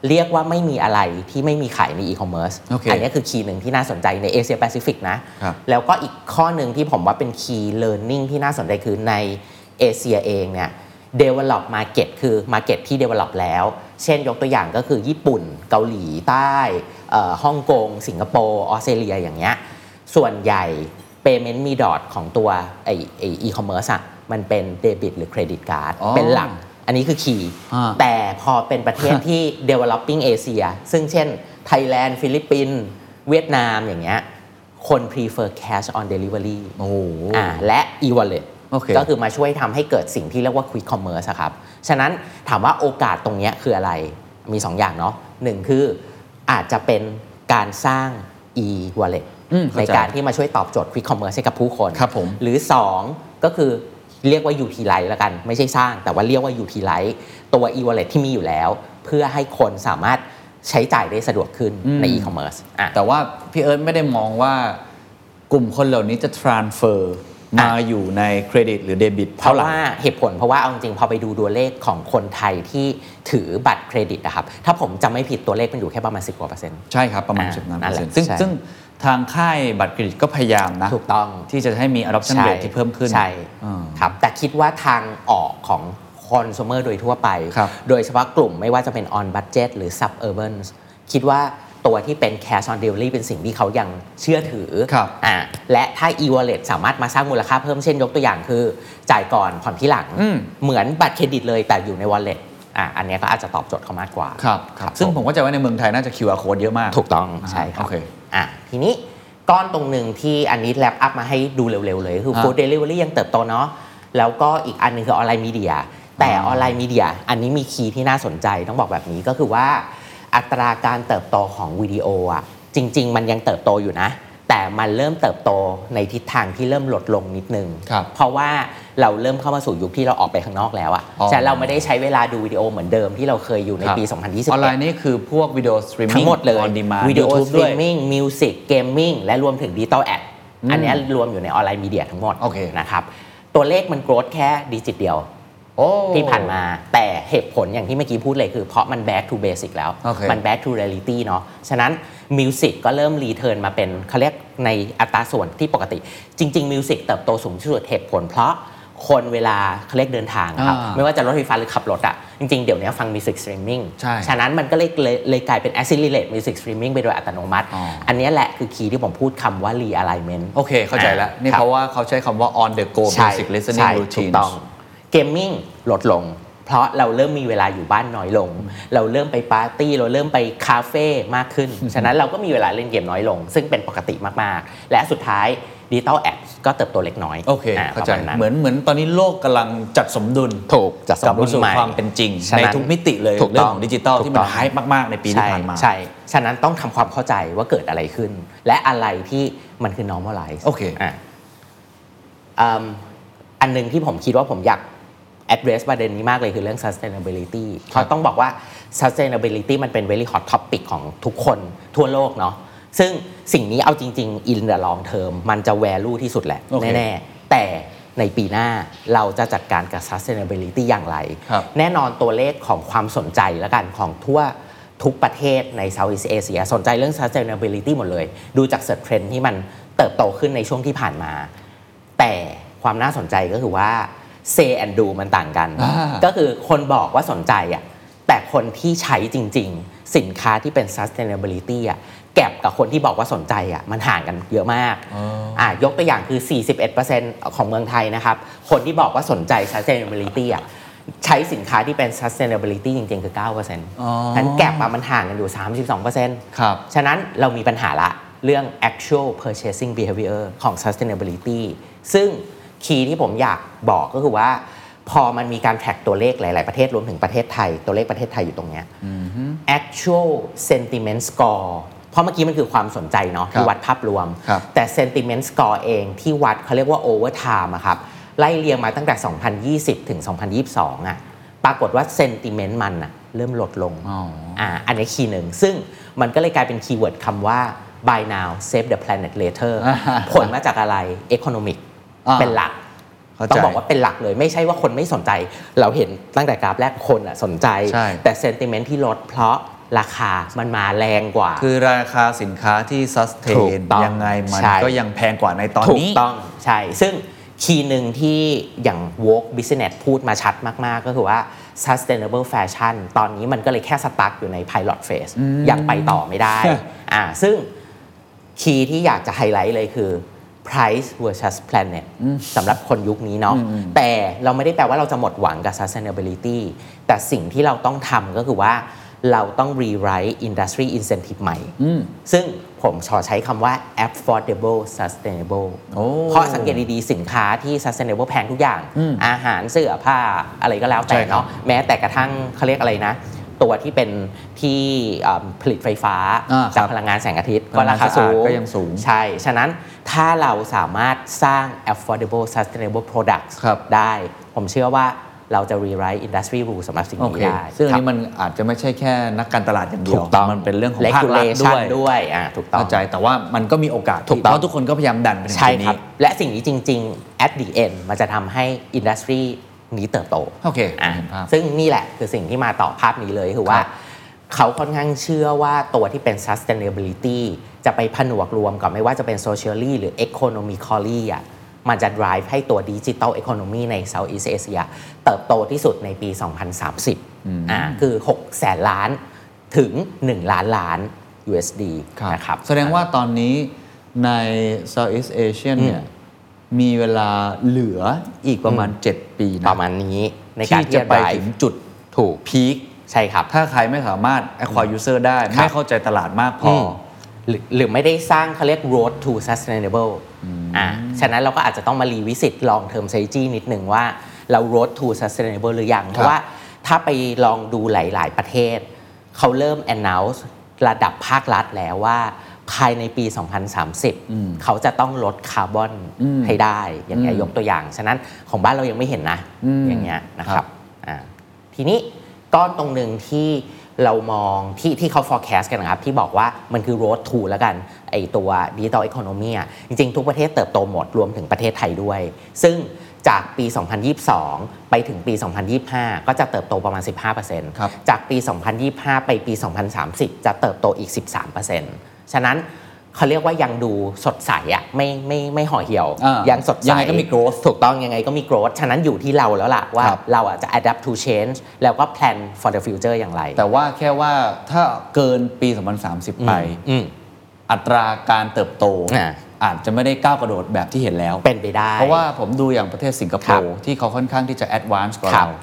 เรียกว่าไม่มีอะไรที่ไม่มีขายในอีคอมเมิร์ซ
โอเค
อันนี้คือคีย์หนึ่งที่น่าสนใจในเอเชียแปซิฟิกนะครับ แล้วก็อีกข้อหนึ่งที่ผมว่าเป็นคีย์เลิร์นนิ่งที่น่าสนใจคือในเอเชียเองเนี่ย develop market คือ market ที่ develop แล้ว เช่นยกตัวอย่างก็คือญี่ปุ่น เกาหลีใต้เอ่อฮ่องกง สิงคโปร์ ออสเตรเลียอย่างเงี้ย ส่วนใหญ่ payment มีดอทของตัวไอไอ e-commerce อะมันเป็นเดบิตหรือเครดิตการ์ด
อ๋อ
เป็นหลัก อันนี้คือคีย์
อ่า
แต่พอเป็นประเท
[LAUGHS]
ศที่ developing Asia ซึ่งเช่น ไทยแลนด์ ฟิลิปปินส์เวียดนามอย่างเงี้ยคน prefer cash on delivery
โอ้โห
อ่าและ e-wallet
โอเค
ก็คือมาช่วยทำให้เกิดสิ่งที่เรียกว่า quick commerce อะครับ ฉะนั้นถามว่าโอกาสตรงเนี้ยคืออะไร มี 2 อย่างเนาะหนึ่งคืออาจจะเป็นการสร้าง e-wallet
อืมเข้าใจ
ในการที่มาช่วยตอบโจทย์ quick commerce ให้กับผู้คน
ครับผม
หรือ 2 ก็คือเรียกว่า utilize ละกัน ไม่ใช่สร้าง แต่ว่าเรียกว่า utilize ตัว e-wallet ที่มีอยู่แล้ว เพื่อให้คนสามารถใช้จ่ายได้สะดวกขึ้น
อืม
ใน e-commerce อ่ะ
แต่ว่าพี่เอิร์ธไม่ได้มองว่ากลุ่มคนเหล่านี้จะ transfer
อ่ะ
มาอยู่ในเครดิตหรือเดบิต
เพ
เท่า
ราะ
ไหร่
ว่าเหตุผลเพราะว่าเอาจริงๆพอไปดูตัวเลขของคนไทยที่ถือบัตรเครดิตนะครับ ถ้าผมจำไม่ผิดตัวเลขมันอยู่แค่ประมาณ 10กว่าเปอร์เซ็นต์
ใช่ครับ ประมาณ
อ่า
สิบนั้น
นั่นแหละ
ซึ่ง
ใช่
ซึ่งทางค่ายบัตรเครดิตก็พยายามนะ
ถูกต้อง
ที่จะให้มี adoption
ใช่
rate ที่เพิ่มขึ้น
ใช่
อ่า
ครับแต่คิดว่าทางออกของคอน sumer โดยทั่วไป
ครับ
โดยเฉพาะกลุ่มไม่ว่าจะเป็น on budget หรือ suburban คิดว่าตัวที่เป็น cash on delivery เป็นสิ่งที่เขายังเชื่อถือ
ครับ
อ่าและถ้า e-wallet สามารถมาสร้างมูลค่าเพิ่มเช่นยกตัวอย่างคือ จ่ายก่อนผ่อนที่หลัง
อืม
เหมือนบัตรเครดิตเลยแต่อยู่ใน wallet อ่ะอันเนี้ยก็อาจจะตอบโจทย์เขามากกว่า
ครับครับ ซึ่งผมก็จะว่าในเมืองไทยน่าจะ QR code เยอะมาก
ถูกต้องใช่ครับ
โอเค
อ่ะทีนี้ก้อนตรงหนึ่งที่อันนี้แลปอัพมาให้ดูเร็ว ๆ เลยคือ
อ่ะ
Food Delivery ยังเติบโตเนาะแล้วก็อีกอันหนึงคือออนไลน์มีเดียแต่ออนไลน์มีเดียอันนี้มีคีย์ที่น่าสนใจต้องบอกแบบนี้ก็คือว่า อัตราการเติบโตของวิดีโออ่ะจริง ๆ มันยังเติบโตอยู่นะ แต่มันเริ่มเติบโตในทิศทางที่เริ่มลดลงนิดนึง
ครับ
เพราะว่าเราเริ่มเข้ามาสู่ยุคที่เราออกไปข้างนอกแล้วอะ
อ๋อ
ฉะนั้นเราไม่ได้ใช้เวลาดูวิดีโอเหมือนเดิมที่เราเคยอยู่ในปี
ครับ
2021
ออนไลน์นี่คือพวกวิดีโอสตรีมมิ่ง
ทั้งหมดเลย
ออนดีมา
วิดีโอสตรี
ด้วย
มมิ่ง มิวสิก เกมมิ่ง และรวมถึงดิจิตอลแอด อันเนี้ยรวมอยู่ในออนไลน์มีเดียทั้งหมด
โอเค
นะครับ ตัวเลขมันโกรธแค่ดิจิตเดียว
โอ้
ที่ผ่านมาแต่เหตุผลอย่างที่เมื่อกี้พูดเลยคือเพราะมัน back to basic แล้ว
โอเค
มัน back to reality เนาะฉะนั้นมิวสิกก็เริ่มรีเทิร์นมาเป็นเขาเรียกในอัตราส่วนที่ปกติ จริง ๆมิวสิกเติบโตสูงที่สุดเหตุผลเพราะ คนเวลาเขาเรียกเดินทางอะครับ
อ่า
ไม่ว่าจะรถไฟฟ้าหรือขับรถอ่ะจริงๆ เดี๋ยวนี้ฟังมิวสิกสตรีมมิ่ง
ใช่
ฉะนั้นมันก็เลยเลยเลยกลายเป็น accelerate music streaming ไปโดยอัตโนมัติ
อ๋ออั
อันเนี้ยแหละคือคีย์ที่ผมพูดคำว่า realignment
โอเค เข้าใจแล้ว นี่
ครับ
เพราะว่าเขาใช้คำว่า on the go
ใช่
music
ใช่
listening
ถูก
routine
ต้องเกมมิ่งลดลง เพราะเราเริ่มมีเวลาอยู่บ้านน้อยลง เราเริ่มไปปาร์ตี้ เราเริ่มไปคาเฟ่มากขึ้น ฉะนั้นเราก็มีเวลาเล่นเกมน้อยลง ซึ่งเป็นปกติมาก ๆ และสุดท้ายดิจิตอลแอปก็เติบโตเล็กน้อย
โอเค
อ่
เข้าใจ
ประมณนั้น
เหมือนเหมือนตอนนี้โลกกำลังจัดสมดุล
ถูกจัดสมดุล
กับสู่
ใหม่
ความเป็นจริง
ฉะนั้
ใน
น
ทุกมิติเลย
ถูกต้อง
เรื่องของดิจิตอล
ถูก
ที่มัน
ต้อง
หายมาก ๆ ในปีที่ผ่านมา
ใช่ ฉะนั้นต้องทำความเข้าใจว่าเกิดอะไรขึ้น และอะไรที่มันคือ normalize
โอเค
ะอืมอันหนึงที่ผมคิดว่าผมอยาก address ประเด็นนี้มากเลยคือเรื่อง sustainability เพราะต้องบอกว่า sustainability มันเป็น very hot topic ของทุกคนทั่วโลกเนาะ ซึ่งสิ่งนี้เอาจริง ๆ in the long term มันจะ value ที่สุดแหละ
โอเค
แน่ๆ แต่ในปีหน้าเราจะจัดการกับ sustainability อย่างไร
ครับ
แน่นอนตัวเลขของความสนใจและกันของทั่วทุกประเทศใน Southeast Asia สนใจเรื่อง sustainability หมดเลย ดูจาก search trend ที่มันเติบโตขึ้นในช่วงที่ผ่านมา แต่ความน่าสนใจก็คือว่า say and do มันต่างกัน
อ่า
ก็คือคนบอกว่าสนใจอ่ะแต่คนที่ใช้จริง ๆ สินค้าที่เป็น sustainability อ่ะแก็บกับคนที่บอกว่าสนใจอ่ะมันห่างกันเยอะมาก อ่ะยกตัวอย่างคือ 41%ของเมืองไทยนะครับ คนที่บอกว่าสนใจ sustainability อ่ะใช้สินค้าที่เป็น sustainability จริง ๆ คือ 9%ฉะนั้นแก็บอะมันห่างกันอยู่ 32%
ครับ
ฉะนั้นเรามีปัญหาละเรื่อง actual purchasing behavior ของ sustainability ซึ่งคีย์ที่ผมอยากบอกก็คือว่า พอมันมีการแท็กตัวเลขหลาย ๆ ประเทศรวมถึงประเทศไทย ตัวเลขประเทศไทยอยู่ตรงเนี้ย actual sentiment score เพราะเมื่อกี้มันคือความสนใจเนาะที่วัดภาพรวม
ครับ
แต่ sentiment score เองที่วัดเขาเรียกว่า over time อะครับ ไล่เรียงมาตั้งแต่ 2020 ถึง 2022อะปรากฏว่า sentiment มันอะเริ่มลดลง
อ๋อ
อ่าอันนี้คีย์หนึ่ง ซึ่งมันก็เลยกลายเป็นคีย์เวิร์ดคำว่า buy now save the planet later
อ่า
ผลมาจากอะไร economic
อ่า
เป็นหลัก
เข้าใจ
ต้องบอกว่าเป็นหลักเลย ไม่ใช่ว่าคนไม่สนใจ เราเห็นตั้งแต่กราฟแรกคนอ่ะสนใจ
ใช่
แต่ sentiment ที่ลดเพราะราคามันมาแรงกว่า
คือราคาสินค้าที่
ถู
sustain
กต้อง
ยังไงมัน
ใช่
ก็ยังแพงกว่าในตอน
ถูก
นี้
ต้องใช่ ซึ่งคีย์หนึ่งที่อย่าง Vogue Business พูดมาชัดมาก ๆ ก็คือว่า sustainable fashion ตอนนี้มันก็เลยแค่สตั๊กอยู่ใน pilot phase ยังไปต่อไม่ได้อ่าซึ่งคีย์ที่อยากจะไฮไลท์เลยคือ price versus planet สำหรับคนยุคนี้เนาะแต่เราไม่ได้แปลว่าเราจะหมดหวังกับ sustainability แต่สิ่งที่เราต้องทำก็คือว่าเราต้อง rewrite industry incentive ใหม่ ซึ่งผมขอใช้คำว่า affordable sustainable
โอ้
เพราะสังเกตดีๆ สินค้าที่ sustainable แพงทุกอย่าง อาหารเสื้อผ้าอะไรก็แล้วแต่
ใช่ครับ
เนาะแม้แต่กระทั่งเขาเรียกอะไรนะ ตัวที่เป็นที่เอ่อผลิตไฟฟ้า
อ่าครับ
จากพลังงานแสงอาทิตย์
พลั
ก็
งงาน
ราคาสู
สะ
ง
อาดก็ยังสูง
ใช่ ฉะนั้นถ้าเราสามารถสร้าง affordable sustainable products
ครับ
ได้ ผมเชื่อว่าเราจะ rewrite industry rule สำหรับสิ่ง
โอ
นี้
เค
ได้
ซึ่งอัน
ค
นี้
รับ
มันอาจจะไม่ใช่แค่นักการตลาดอย่างเดี
ถู
ยว
กต้อง
มันเป็นเรื่องของภาครัฐ
regulation
ด้วย
ด้วยอ่าถูกต้อง
เข้าใจแต่ว่ามันก็มีโอกาส
ถู
ที่
กต้อง
เพราะทุกคนก็พยายามดันไปถึง
ใช่ครั
จุดนี้
บ และสิ่งนี้จริง ๆ at the end มันจะทำให้อินดัสทรีนี้เติบโต
โอเค
อ่ะ
เห็นภาพ
ซึ่งนี่แหละคือสิ่งที่มาต่อภาพนี้เลยคือว่า
ครับ
เขาค่อนข้างเชื่อว่าตัวที่เป็น sustainability จะไปผนวกรวมกับไม่ว่าจะเป็น socially หรือ economically อ่ะมันจะ drive ให้ตัว digital economy ใน Southeast Asia เติบโตที่สุดในปี 2030อ่าคือ6แสนล้านถึง 1 ล้านล้าน USD
ครับ
นะครับ
แสดงว่าตอนนี้ใน Southeast Asian เนี่ยมีเวลาเหลืออีกประมาณ 7 ปี
ป
นะ
ระมาณนี้ในการ
ที่
ที่
จะ
จะ
ไป
ไป
ถึงจุด
ถูก
พีค
ใช่ครับ
ถ้าใครไม่สามารถ acquire user ได้
ครับ
ไม่เข้าใจตลาดมากพอ
ม
อ
หรือหรือไม่ได้สร้างเขาเรียก road to sustainable อ่าฉะนั้นเราก็อาจจะต้องมารีวิสิต long term strategy นิดหนึ่งว่าเรา road to sustainable หรือยัง เพราะว่าถ้าไปลองดูหลาย ๆ ประเทศ เขาเริ่ม announce ระดับภาครัฐแล้วว่า ภายในปี 2030 เขาจะต้องลดคาร์บอนให้ได้ อย่างเงี้ยยกตัวอย่าง ฉะนั้นของบ้านเรายังไม่เห็นนะ อย่างเงี้ยนะค
ครั
รับ บอ่า ทีนี้ก้อนตรงหนึ่งที่เรามองที่ที่เขา forecast กันนะครับ ที่บอกว่ามันคือ road to แล้วกันไอตัว digital economy อะจริง ๆ ทุกประเทศเติบโตหมดรวมถึงประเทศไทยด้วย ซึ่งจากปี 2022 ไปถึงปี 2025 ก็จะเติบโตประมาณ 15%
ครับ
จากปี 2025 ไปปี 2030 จะเติบโตอีก 13%ฉะนั้น เขาเรียกว่ายังดูสดใสอะไม่ไม่ไม่ห่อเหี่ยว
อ่ายั
ยังสดใส
ยังไงก็มี growth
ถูกต้องยังไงก็มี growth ฉะนั้นอยู่ที่เราแล้วล่ะว่า
ครับ
เราอะจะ adapt to change แล้วก็ plan for the future อย่างไร
แต่ว่าแค่ว่าถ้าเกินปี 2030 ไป
อืม
อัตราการเติบโต
อ่า
อาจจะไม่ได้ก้าวกระโดดแบบที่เห็นแล้ว
เป็นไปได้
เพราะว่าผมดูอย่างประเทศสิงคโปร์ ที่เขาค่อนข้างที่จะแอดวานซ์กว่า
ครั
เรา
บ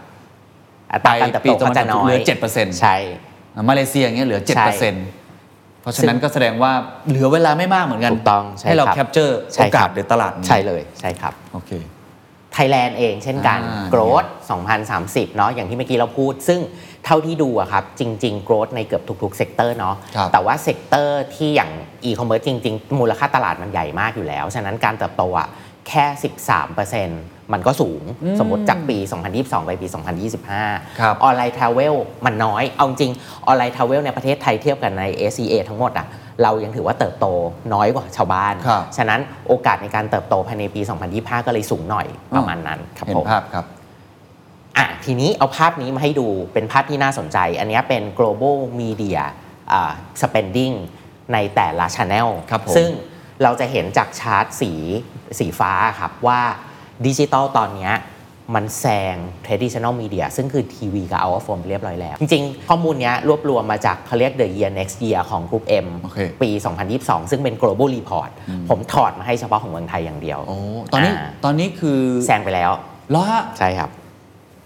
อัตราการเติบ
ปี
โตเขาจะน้อย
เหลือ7%
ใช่
มาเลเซียอย่างเงี้ยเหลือ
ใช่
7%เพราะฉะนั้นก็แสดงว่าเหลือเวลาไม่มากเหมือนกัน
ถูกต้องใช่
ให้เรา
ครับ
แคปเจอร์
ใช่
โอ
ครับ
กาสหรือตลาดนี้
ใช่เลยใช่ครับ
โอเค
ไทยแลนด์เองเช่นกัน
อ่า
โกรด2030 เนาะอย่างที่เมื่อกี้เราพูด ซึ่งเท่าที่ดูอะครับ จริง ๆ โกรดในเกือบทุก ๆ เซกเตอร์เนาะ
ครับ
แต่ว่าเซกเตอร์ที่อย่างอีคอมเมิร์ซจริง ๆ มูลค่าตลาดมันใหญ่มากอยู่แล้ว ฉะนั้นการเติบโตอะแค่ 13%มันก็สูง
อืม
สมมติจากปี 2022 ไปปี 2025
ครับ
ออนไลน์ทราเวลมันน้อย เอาจริงออนไลน์ทราเวลในประเทศไทยเทียบกันใน SEA ทั้งหมดอะเรายังถือว่าเติบโตน้อยกว่าชาวบ้าน
ครับ
ฉะนั้นโอกาสในการเติบโตภายในปี 2025 ก็เลยสูงหน่อยประมาณนั้นครับ
เห็
ผ
น
ม
ภาพครับ
อ่ะทีนี้เอาภาพนี้มาให้ดูเป็นภาพที่น่าสนใจ อันเนี้ยเป็น global media อ่า spending ในแต่ละ channel
ครับผม
ซึ่งเราจะเห็นจากชาร์ตสีสีฟ้าครับว่าดิจิตอลตอนเนี้ยมันแซง traditional media ซึ่งคือทีวีกับ out of form เรียบร้อยแล้ว จริงๆ ข้อมูลเนี้ยรวบรวมมาจากเขาเรียก the year next year ของ group M
โอเค
ปี 2022 ซึ่งเป็น global report ผมถอดมาให้เฉพาะของเมืองไทยอย่างเดียว
โอ้ตอนนี้
อ่า
ตอนนี้คือ
แซงไปแล้ว
เหรอฮะ
ใช่ครับ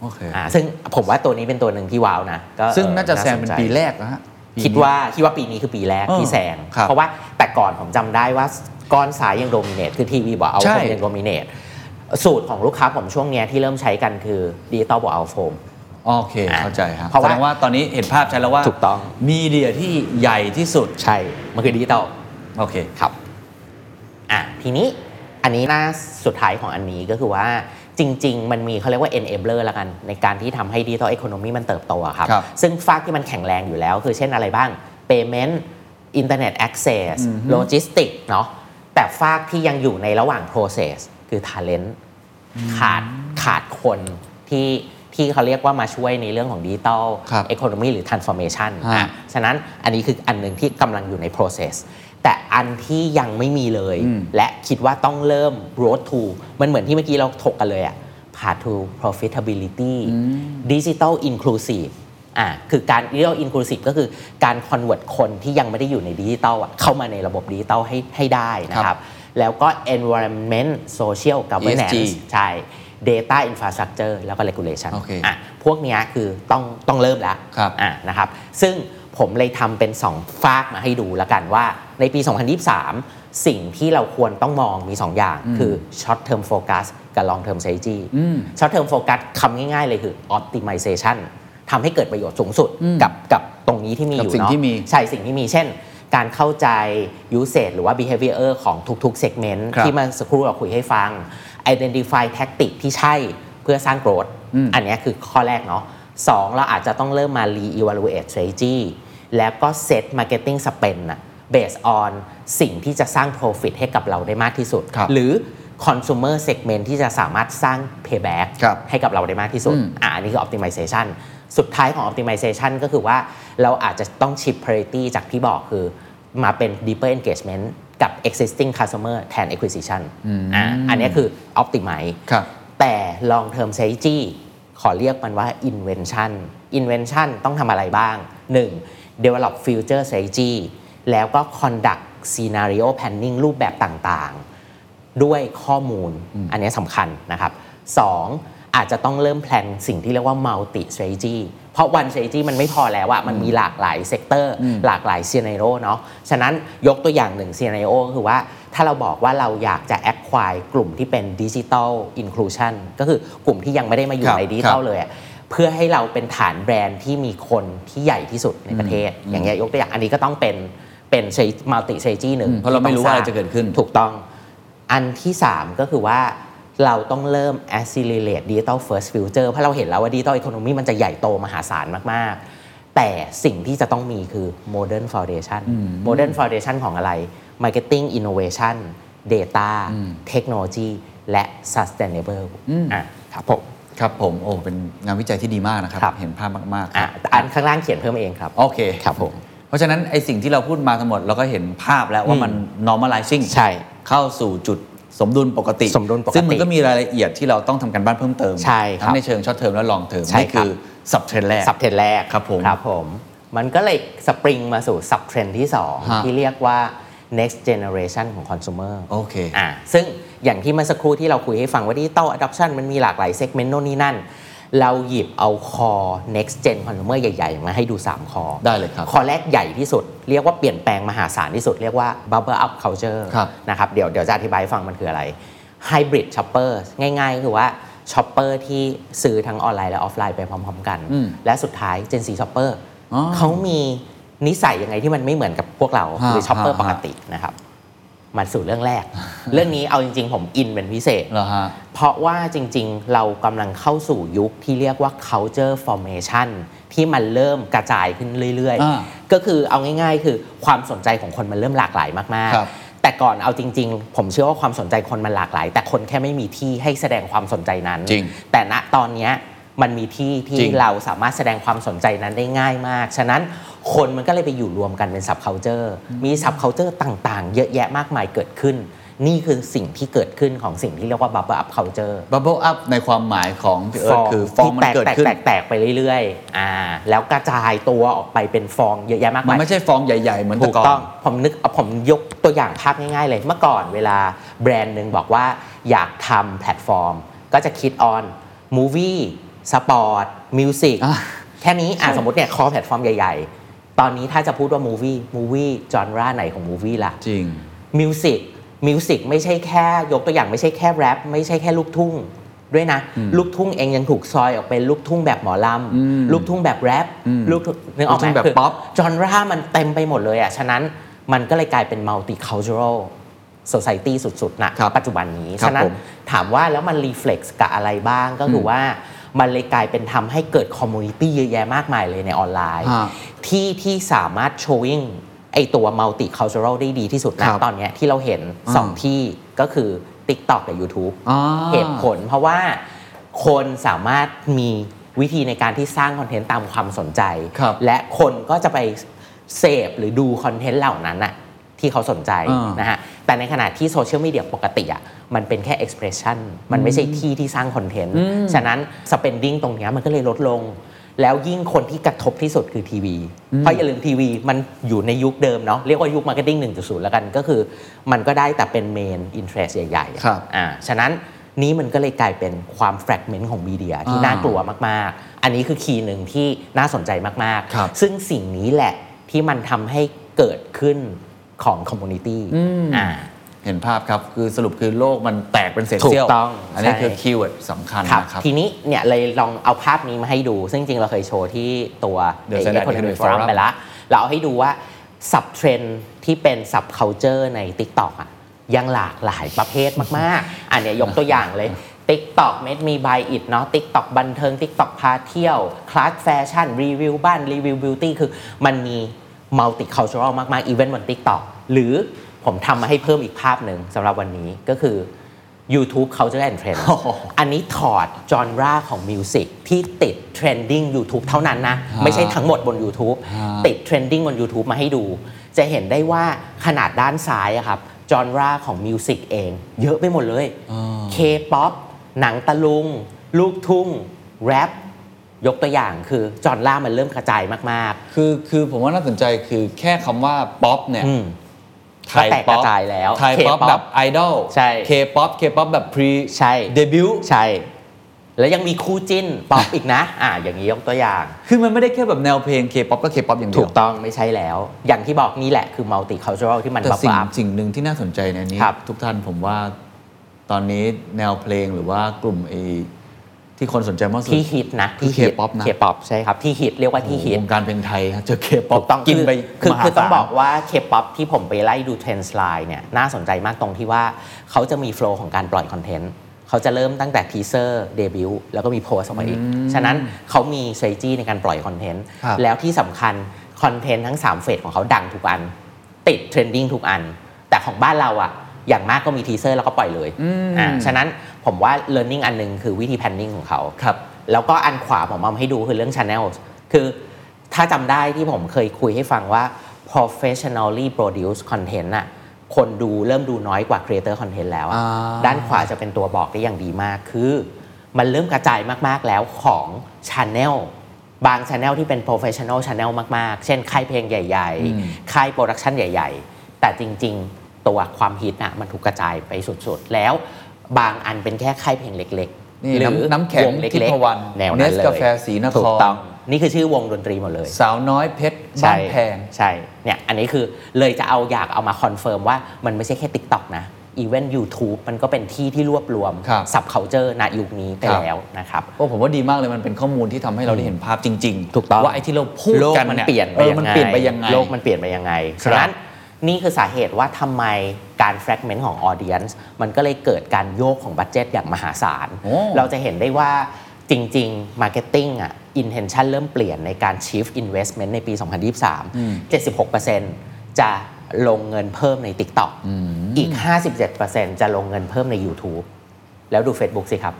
โอเค
อ่าซึ่งผมว่าตัวนี้เป็นตัวหนึ่งที่ว้าวนะก็
ซึ่งน่าจะ
ออ
แซงเป็น
สใจ
ปีแรกนะฮะปีนี้
คิดว่าคิดว่าปีนี้คือปีแรก
เออ
ที่แซง
ครับ
เพราะว่าแต่ก่อนผมจำได้ว่าก้อนสายยังโดมิเนตคือทีวีบอกเอา
ใช่
โฟมยังโดมิเนตสูตรของลูกค้าผมช่วงเนี้ยที่เริ่มใช้กันคือดิจิตอลบอกเอาโฟม
โอเคเข้าใจครับ
เพราะ
แส
ว่า
ดงว่าตอนนี้เห็นภาพชัดแล้วว่า
ถูกต้อง
มีเดียที่ใหญ่ที่สุด
ใช่มันคือดิจิตอล
โอเค
ครับอ่ะทีนี้อันนี้หน้าสุดท้ายของอันนี้ก็คือว่าจริง ๆ มันมีเขาเรียกว่า enabler ละกัน ในการที่ทำให้ digital economy มันเติบโตอะครับ
ครับ
ซึ่งฝากที่มันแข็งแรงอยู่แล้ว คือเช่นอะไรบ้าง payment internet access
อือฮึ
logistics เนาะแต่ฝากที่ยังอยู่ในระหว่าง process คือ talent ขาดขาดคนที่ที่เขาเรียกว่ามาช่วยในเรื่องของดิจิตอล
ครับ
เอ economy หรือ transformation
ฮะ
อ่ะฉะนั้นอันนี้คืออันหนึ่งที่กำลังอยู่ใน process แต่อันที่ยังไม่มีเลย
อืม
และคิดว่าต้องเริ่ม road to มันเหมือนที่เมื่อกี้เราถกกันเลยอะ path to profitability digital inclusive อ่ะคือการ digital inclusive ก็คือการ convert คนที่ยังไม่ได้อยู่ในดิจิตอลอะเข้ามาในระบบดิจิตอลให้ให้ได้นะครับ แล้วก็ environment social governance
ESG
ใช่ Data Infrastructure แล้วก็ Regulation
โอเค
อ่ะพวกเนี้ยคือต้องต้องเริ่มแล้ว
ครับ
อ่ะนะครับ ซึ่งผมเลยทำเป็น 2 ฟากมาให้ดูละกันว่าในปี 2023 สิ่งที่เราควรต้องมองมี 2 อย่างคือ Short Term Focus กับ Long Term Strategy
อืม
ช็อตเทอมโฟกัสคำง่ายๆเลยคือ optimization ทำให้เกิดประโยชน์สูงสุดกับกับตรงนี้ที่มี
กั
อบ ยู่
สิ่ง
เนาะ
ที่มี
ใช่สิ่งที่มีเช่น การเข้าใจ usage หรือว่า behavior ของทุกๆ segment
ครับ
ที่เมาสักครู่เราคุยให้ฟัง identify tactic ที่ใช่เพื่อสร้าง growth
อืม
อันเนี้ยคือข้อแรกเนาะสองเราอาจจะต้องเริ่มมา re-evaluate strategy แล้วก็ set marketing spend นะ based on สิ่งที่จะสร้าง profit ให้กับเราได้มากที่สุด
ครับ
หรือ consumer segment ที่จะสามารถสร้าง payback
ครับ
ให้กับเราได้มากที่สุด
อืม
อ่ะอันนี้คือ optimization สุดท้ายของ optimization ก็คือว่าเราอาจจะต้อง shift priority จากที่บอกคือมาเป็น deeper engagement กับ existing customer แทน acquisition อ่ะอันนี้คือ optimize
ครับ
แต่ long term strategy ขอเรียกมันว่า invention invention ต้องทำอะไรบ้าง 1. develop future strategy แล้วก็ conduct scenario planning รูปแบบต่างๆ ด้วยข้อมูลอันเนี้ยสำคัญนะครับ 2. อาจจะต้องเริ่มแพลนสิ่งที่เรียกว่า multi strategy เพราะ one strategy มันไม่พอแล้วอะมันมีหลากหลายเซกเตอร์ หลากหลาย scenario เนาะฉะนั้นยกตัวอย่างหนึ่ง scenario ก็คือว่า ถ้าเราบอกว่าเราอยากจะ acquire กลุ่มที่เป็น digital inclusion ก็คือกลุ่มที่ยังไม่ได้มาอ
ค
ยู่
รับ
ในดิจิทัล
ครับ
เลยอะเพื่อให้เราเป็นฐานแบรนด์ที่มีคนที่ใหญ่ที่สุดในประเทศ อย่างเงี้ยยกตัวอย่างอันนี้ก็ต้องเป็นเป็น multi strategy หนึ่ง
อืมเพราะเราไม่รู้ว่าอะไรจะเกิดขึ้น
ถูกต้อง อันที่ 3 ก็คือว่าเราต้องเริ่ม accelerate digital first future เพราะเราเห็นแล้วว่า digital economy มันจะใหญ่โตมหาศาลมาก ๆ แต่สิ่งที่จะต้องมีคือ modern foundation modern foundation ของอะไร marketing innovation data technology และ sustainable อ่ะครับผม
ครับผมโอ้เป็นงานวิจัยที่ดีมากนะครับ
ครับ
เห็นภาพมากๆค
อ่ะ
รับ
อันข้างล่างเขียนเพิ่มเองครับ
โอเค
ครับผม
เพราะฉะนั้นไอสิ่งที่เราพูดมาทั้งหมดเราก็เห็นภาพแล้วว่ามัน normalizing
ใช่
เข้าสู่จุดสมดุลปกติ
สมดุลปกติ
ซึ่งมันก็มีรายละเอียดที่เราต้องทำการบ้านเพิ่มเติม
ใช่ครับ
ทั้งในเชิงช็อตเทอมและลองเทอม
ใช่
นี่
ครับ
คือสับเทรนแรก
สับเทรนแรก
ครับผม
ครับผมมันก็เลยสปริงมาสู่สับเทรนที่
ฮะ
2 ที่เรียกว่า next generation ของ consumer
โอเค
อ่าซึ่งอย่างที่เมื่อสักครู่ที่เราคุยให้ฟังว่าดิจิตอลอะดอปชันมันมีหลากหลายเซกเมนต์โน่นนี่นั่น เราหยิบเอาคอ next gen consumer ใหญ่ ๆ มาให้ดู 3 คอ
ได้เลยครับ
คอแรกใหญ่ที่สุด เรียกว่าเปลี่ยนแปลงมหาศาลที่สุด เรียกว่า bubble up culture
ครับ
นะครับเดี๋ยวเดี๋ยวจะอธิบายให้ฟังมันคืออะไร hybrid shopper ง่ายๆ คือว่าช็อปเปอร์ที่ซื้อทั้งออนไลน์และออฟไลน์ไปพร้อมๆกัน
อืม
และสุดท้าย Gen Z shopper
อ๋อ
เขามีนิสัยยังไงที่มันไม่เหมือนกับพวกเราหรือ
ฮะ
ช็อปเปอร์
ฮะ
ปกตินะครับ มาสู่เรื่องแรก เรื่องนี้เอาจริง ๆ ผมอินเป็นพิเศษ
เหรอฮะ
เพราะว่าจริง ๆ เรากำลังเข้าสู่ยุคที่เรียกว่า culture formation ที่มันเริ่มกระจายขึ้นเรื่อย
อ่า
ๆ ก็คือเอาง่าย ๆ คือความสนใจของคนมันเริ่มหลากหลายมาก
ครับ
ๆ แต่ก่อนเอาจริง ๆ ผมเชื่อว่าความสนใจคนมันหลากหลาย แต่คนแค่ไม่มีที่ให้แสดงความสนใจนั้น
จริง
แต่ณตอนเนี้ยมันมีที่ที่
จริง
เราสามารถแสดงความสนใจนั้นได้ง่ายมาก ฉะนั้นคนมันก็เลยไปอยู่รวมกันเป็น subculture มี subculture ต่างๆ เยอะแยะมากมายเกิดขึ้น นี่คือสิ่งที่เกิดขึ้นของสิ่งที่เรียกว่า bubble up culture
bubble up ในความหมายของพี่เอิร์ธคือฟ
ฟ
อ
อง ง
มัน
ที่แตก
เกิด
แตก
ขึ้น
แตกแตกไปเรื่อยๆอ่าแล้วกระจายตัวออกไปเป็นฟองเยอะแยะมาก
มั
มาน ย
ไม่ใช่ฟองใหญ่ ๆ เหมือนแต่
ถูก
ก่อน
ต้องผมนึกเอาผมยกตัวอย่างภาพง่าย ๆ เลย เมื่อก่อนเวลาแบรนด์หนึ่งบอกว่าอยากทำแพลตฟอร์ม ก็จะคิดออนมูวี่สปอร์ตมิวสิก
อ่ะ
แค่นี้อ่ะสมมติเนี่ยคอแพลตฟอร์มใหญ่ ๆ ตอนนี้ถ้าจะพูดว่ามูวี่มูวี่จอนราไหนของมูวี่ล่ะ
จริง
มิวสิกมิวสิกไม่ใช่แค่ยกตัวอย่างไม่ใช่แค่แรปไม่ใช่แค่ลูกทุ่งด้วยนะ ลูกทุ่งเองยังถูกซอยออกเป็นลูกทุ่งแบบหมอล
อืม
ำลูกทุ่งแบบแรป
อืม
ลูกทุ่งนึกออกไห
ลูกทุ่
ม
งแบบ
คื
ป๊อป
จอนรามันเต็มไปหมดเลยอ่ะ ฉะนั้นมันก็เลยกลายเป็นมัลติคัลเจอรัล s o c i ตี้สุดๆนะครับ ปัจจุบันนี้
ครับ
ฉะนั้น
ผม
ถามว่าแล้วมันรีเฟล็กซ์กับอะไรบ้างก็คืออ
ม
ว่ามันเลยกลายเป็นทำให้เกิดคอมมูนิตี้เยอะแยะมากมายเลยในออนไลน์
ฮะ
ที่ที่สามารถ showing ไอตัว multi cultural ได้ดีที่สุดนะ
ครับ
ตอนเนี้ยที่เราเห็น
อ่า
2 ที่ก็คือ TikTok กับ YouTube
อ่า
เหตุผลเพราะว่าคนสามารถมีวิธีในการที่สร้างคอนเทนต์ตามความสนใจ
ครับ
และคนก็จะไปเสพหรือดูคอนเทนต์เหล่านั้นน่ะที่เขาสนใจ
อ่าน
นะฮะแต่ในขณะที่โซเชียลมีเดียปกติอ่ะมันเป็นแค่ expression มันไม่ใช่ที่ที่สร้างคอนเทนต์ ฉะนั้น spending ตรงเนี้ยมันก็เลยลดลง แล้วยิ่งคนที่กระทบที่สุดคือทีวี เพราะอย่าลืมทีวีมันอยู่ในยุคเดิมเนาะเรียกว่ายุคมาร์เก็ตติ้ง1.0 แล้วกันก็คือ มันก็ได้แต่เป็นเมนอินเทรสใหญ่ๆอะ
ครับ
อ่าฉะนั้นนี่มันก็เลยกลายเป็นความแฟกเมนต์ของมีเดียที่
อ่า
น่ากลัวมาก ๆ อันนี้คือคีย์หนึ่งที่น่าสนใจมาก
ครับ
ๆ ซึ่งสิ่งนี้แหละที่มันทำให้เกิดขึ้นของคอมมูนิตี้
อืม
อ่า
เห็นภาพครับ คือสรุปคือโลกมันแตกเป็นเศษ
ถูก
เสี้ยว
ต้อง
อันนี้
ใช่
คือคีย์เวิร์ดสำคัญ
ครับ
นะครับ
ทีนี้เนี่ยเลยลองเอาภาพนี้มาให้ดู ซึ่งจริง ๆ เราเคยโชว์ที่ตัว
The Standard
Economic
Economic
Forum
Forum
ไปละเราเอาให้ดูว่า สับเทรนที่เป็นสับ culture ใน TikTok อ่ะยังหลากหลายประเภทมาก ๆ อันเนี้ยยกตัวอย่างเลย TikTok เม็ดมีบายอิดเนาะ TikTok บันเทิง TikTok พาเที่ยว คลาสแฟชั่น รีวิวบ้าน รีวิวบิวตี้ คือมันมี multi cultural มาก ๆ อีเวนต์บน TikTok หรือผมทำมาให้เพิ่มอีกภาพหนึ่งสำหรับวันนี้ก็คือ YouTube culture and trend
โอ้โห
อันนี้ถอดจอนราของมิวสิกที่ติดเทรนดิ้ง YouTube เท่านั้นนะ
ฮะ
ไม่ใช่ทั้งหมดบน YouTube
ฮะ
ติดเทรนดิ้งบน YouTube มาให้ดู จะเห็นได้ว่าขนาดด้านซ้ายอะครับจอนราของมิวสิกเอง เยอะไปหมดเลย
อ่า
K-POP หนังตะลุง ลูกทุ่ง แรป ยกตัวอย่างคือจอนรามันเริ่มกระจายมาก
คือคือผมว่าน่าสนใจคือแค่คำว่าป๊อปเนี่ย
ๆ อืม
ไท
ก็แตกกระจายแล้ว
ไทยป๊อ
K-pop
ปแบบไอดอล
ใช่
เคป๊อปเคป๊อปแบบพรี
ใช่
เดบิวต์
ใช่ แล้วยังมีคู่จิ้นป๊อปอีกนะ อ่าอย่างนี้ยกตัวอย่าง
คือมันไม่ได้แค่แบบแนวเพลงเคป๊อปก็เคป๊อปอย่างเดี
ถู
ว
กต้องไม่ใช่แล้ว อย่างที่บอกนี่แหละคือ multi cultural ที่มัน
แต่
บับ
สิ่ง
อัพ
สิ่งหนึ่งที่น่าสนใจในนี้
ครับ
ทุกท่านผมว่าตอนนี้แนวเพลงหรือว่ากลุ่มไอที่คนสนใจมากสุด
ที่ฮิตนะที่ฮิต
K-pop นะ
เคป๊อปใช่ครับ ที่ฮิตเรียกว่าที่ฮิต
วงการเพลงไทยฮะเจอเคป๊อป
ถูกต้อง
กิน
คือ
ไป
คือ
มหา
คือต้อง
ศาล
บอกว่าเคป๊อปที่ผมไปไล่ดูเทรนด์ไลน์เนี่ยน่าสนใจมากตรงที่ว่าเขาจะมีโฟล์ของการปล่อยคอนเทนต์เขาจะเริ่มตั้งแต่ทีเซอร์เดบิวต์แล้วก็มีโพสออกมาอีก ฉะนั้นเขามี strategy ในการปล่อยคอนเทนต์
ครับ
แล้วที่สำคัญคอนเทนต์ทั้ง 3 เฟสของเขาดังทุกอัน ติดเทรนดิ้งทุกอัน แต่ของบ้านเราอะอย่างมากก็มีทีเซอร์แล้วก็ปล่อยเลยอ่าฉะนั้นผมว่า learning อันหนึงคือวิธี planning ของเขา
ครับ
แล้วก็อันขวาผมเอามาให้ดูคือเรื่อง Channel คือ ถ้าจำได้ที่ผมเคยคุยให้ฟังว่า professionally produced content น่ะคนดูเริ่มดูน้อยกว่า creator content แล้วอะ
อ่า
ด้านขวาจะเป็นตัวบอกได้อย่างดีมากคือ มันเริ่มกระจายมาก ๆ แล้วของ channel บาง channel ที่เป็น professional channel มาก ๆ เช่น ค่ายเพลงใหญ่ ๆ ค่ายโปรดักชันใหญ่ ๆ แต่จริง ๆ ตัวความฮิตน่ะมันถูกกระจายไปสุด ๆ แล้ว บางอันเป็นแค่ค่ายเพลงเล็กๆ
นี่
หรือ
น้ำน้ำแข็ง
วเล็กๆ
ทิพวรรณ
แนวนั้นเลย
เนสกาแฟศรีนคร
ถูกต้อง นี่คือชื่อวงดนตรีหมดเลย
สาวน้อยเพชรบ้า
ใช่
นแพง
ใช่เนี่ยอันนี้คือเลยจะเอาอยากเอามาคอนเฟิร์มว่ามันไม่ใช่แค่ TikTok นะอีเวน YouTube มันก็เป็นที่ที่รวบรวม
ครับ
สับเคาเจอร์ณยุคนี้ไปแล้วนะครับ
โอ้ผมว่าดีมากเลยมันเป็นข้อมูลที่ทำให้เราได้เห็นภาพจริง
ถูกต้อง
ว่าไอ้ที่เราพูด
โลก
กัน
มัน
เนี่ย
เปลี่ยน
เออมันเปลี่ยนไปยังไง
โลกมันเปลี่ยนไปยังไง
ครับ
ฉะนั้นนี่คือสาเหตุว่าทำไมการ fragment ของ audience มันก็เลยเกิดการโยกของบัตเจตอย่างมหาศาล
โอ้
เราจะเห็นได้ว่าจริง ๆ Marketing อ่ะ intention เริ่มเปลี่ยนในการ shift investment ในปี 2023 76%จะลงเงินเพิ่มใน TikTok อีก 57%จะลงเงินเพิ่มใน YouTube แล้วดู Facebook สิครับ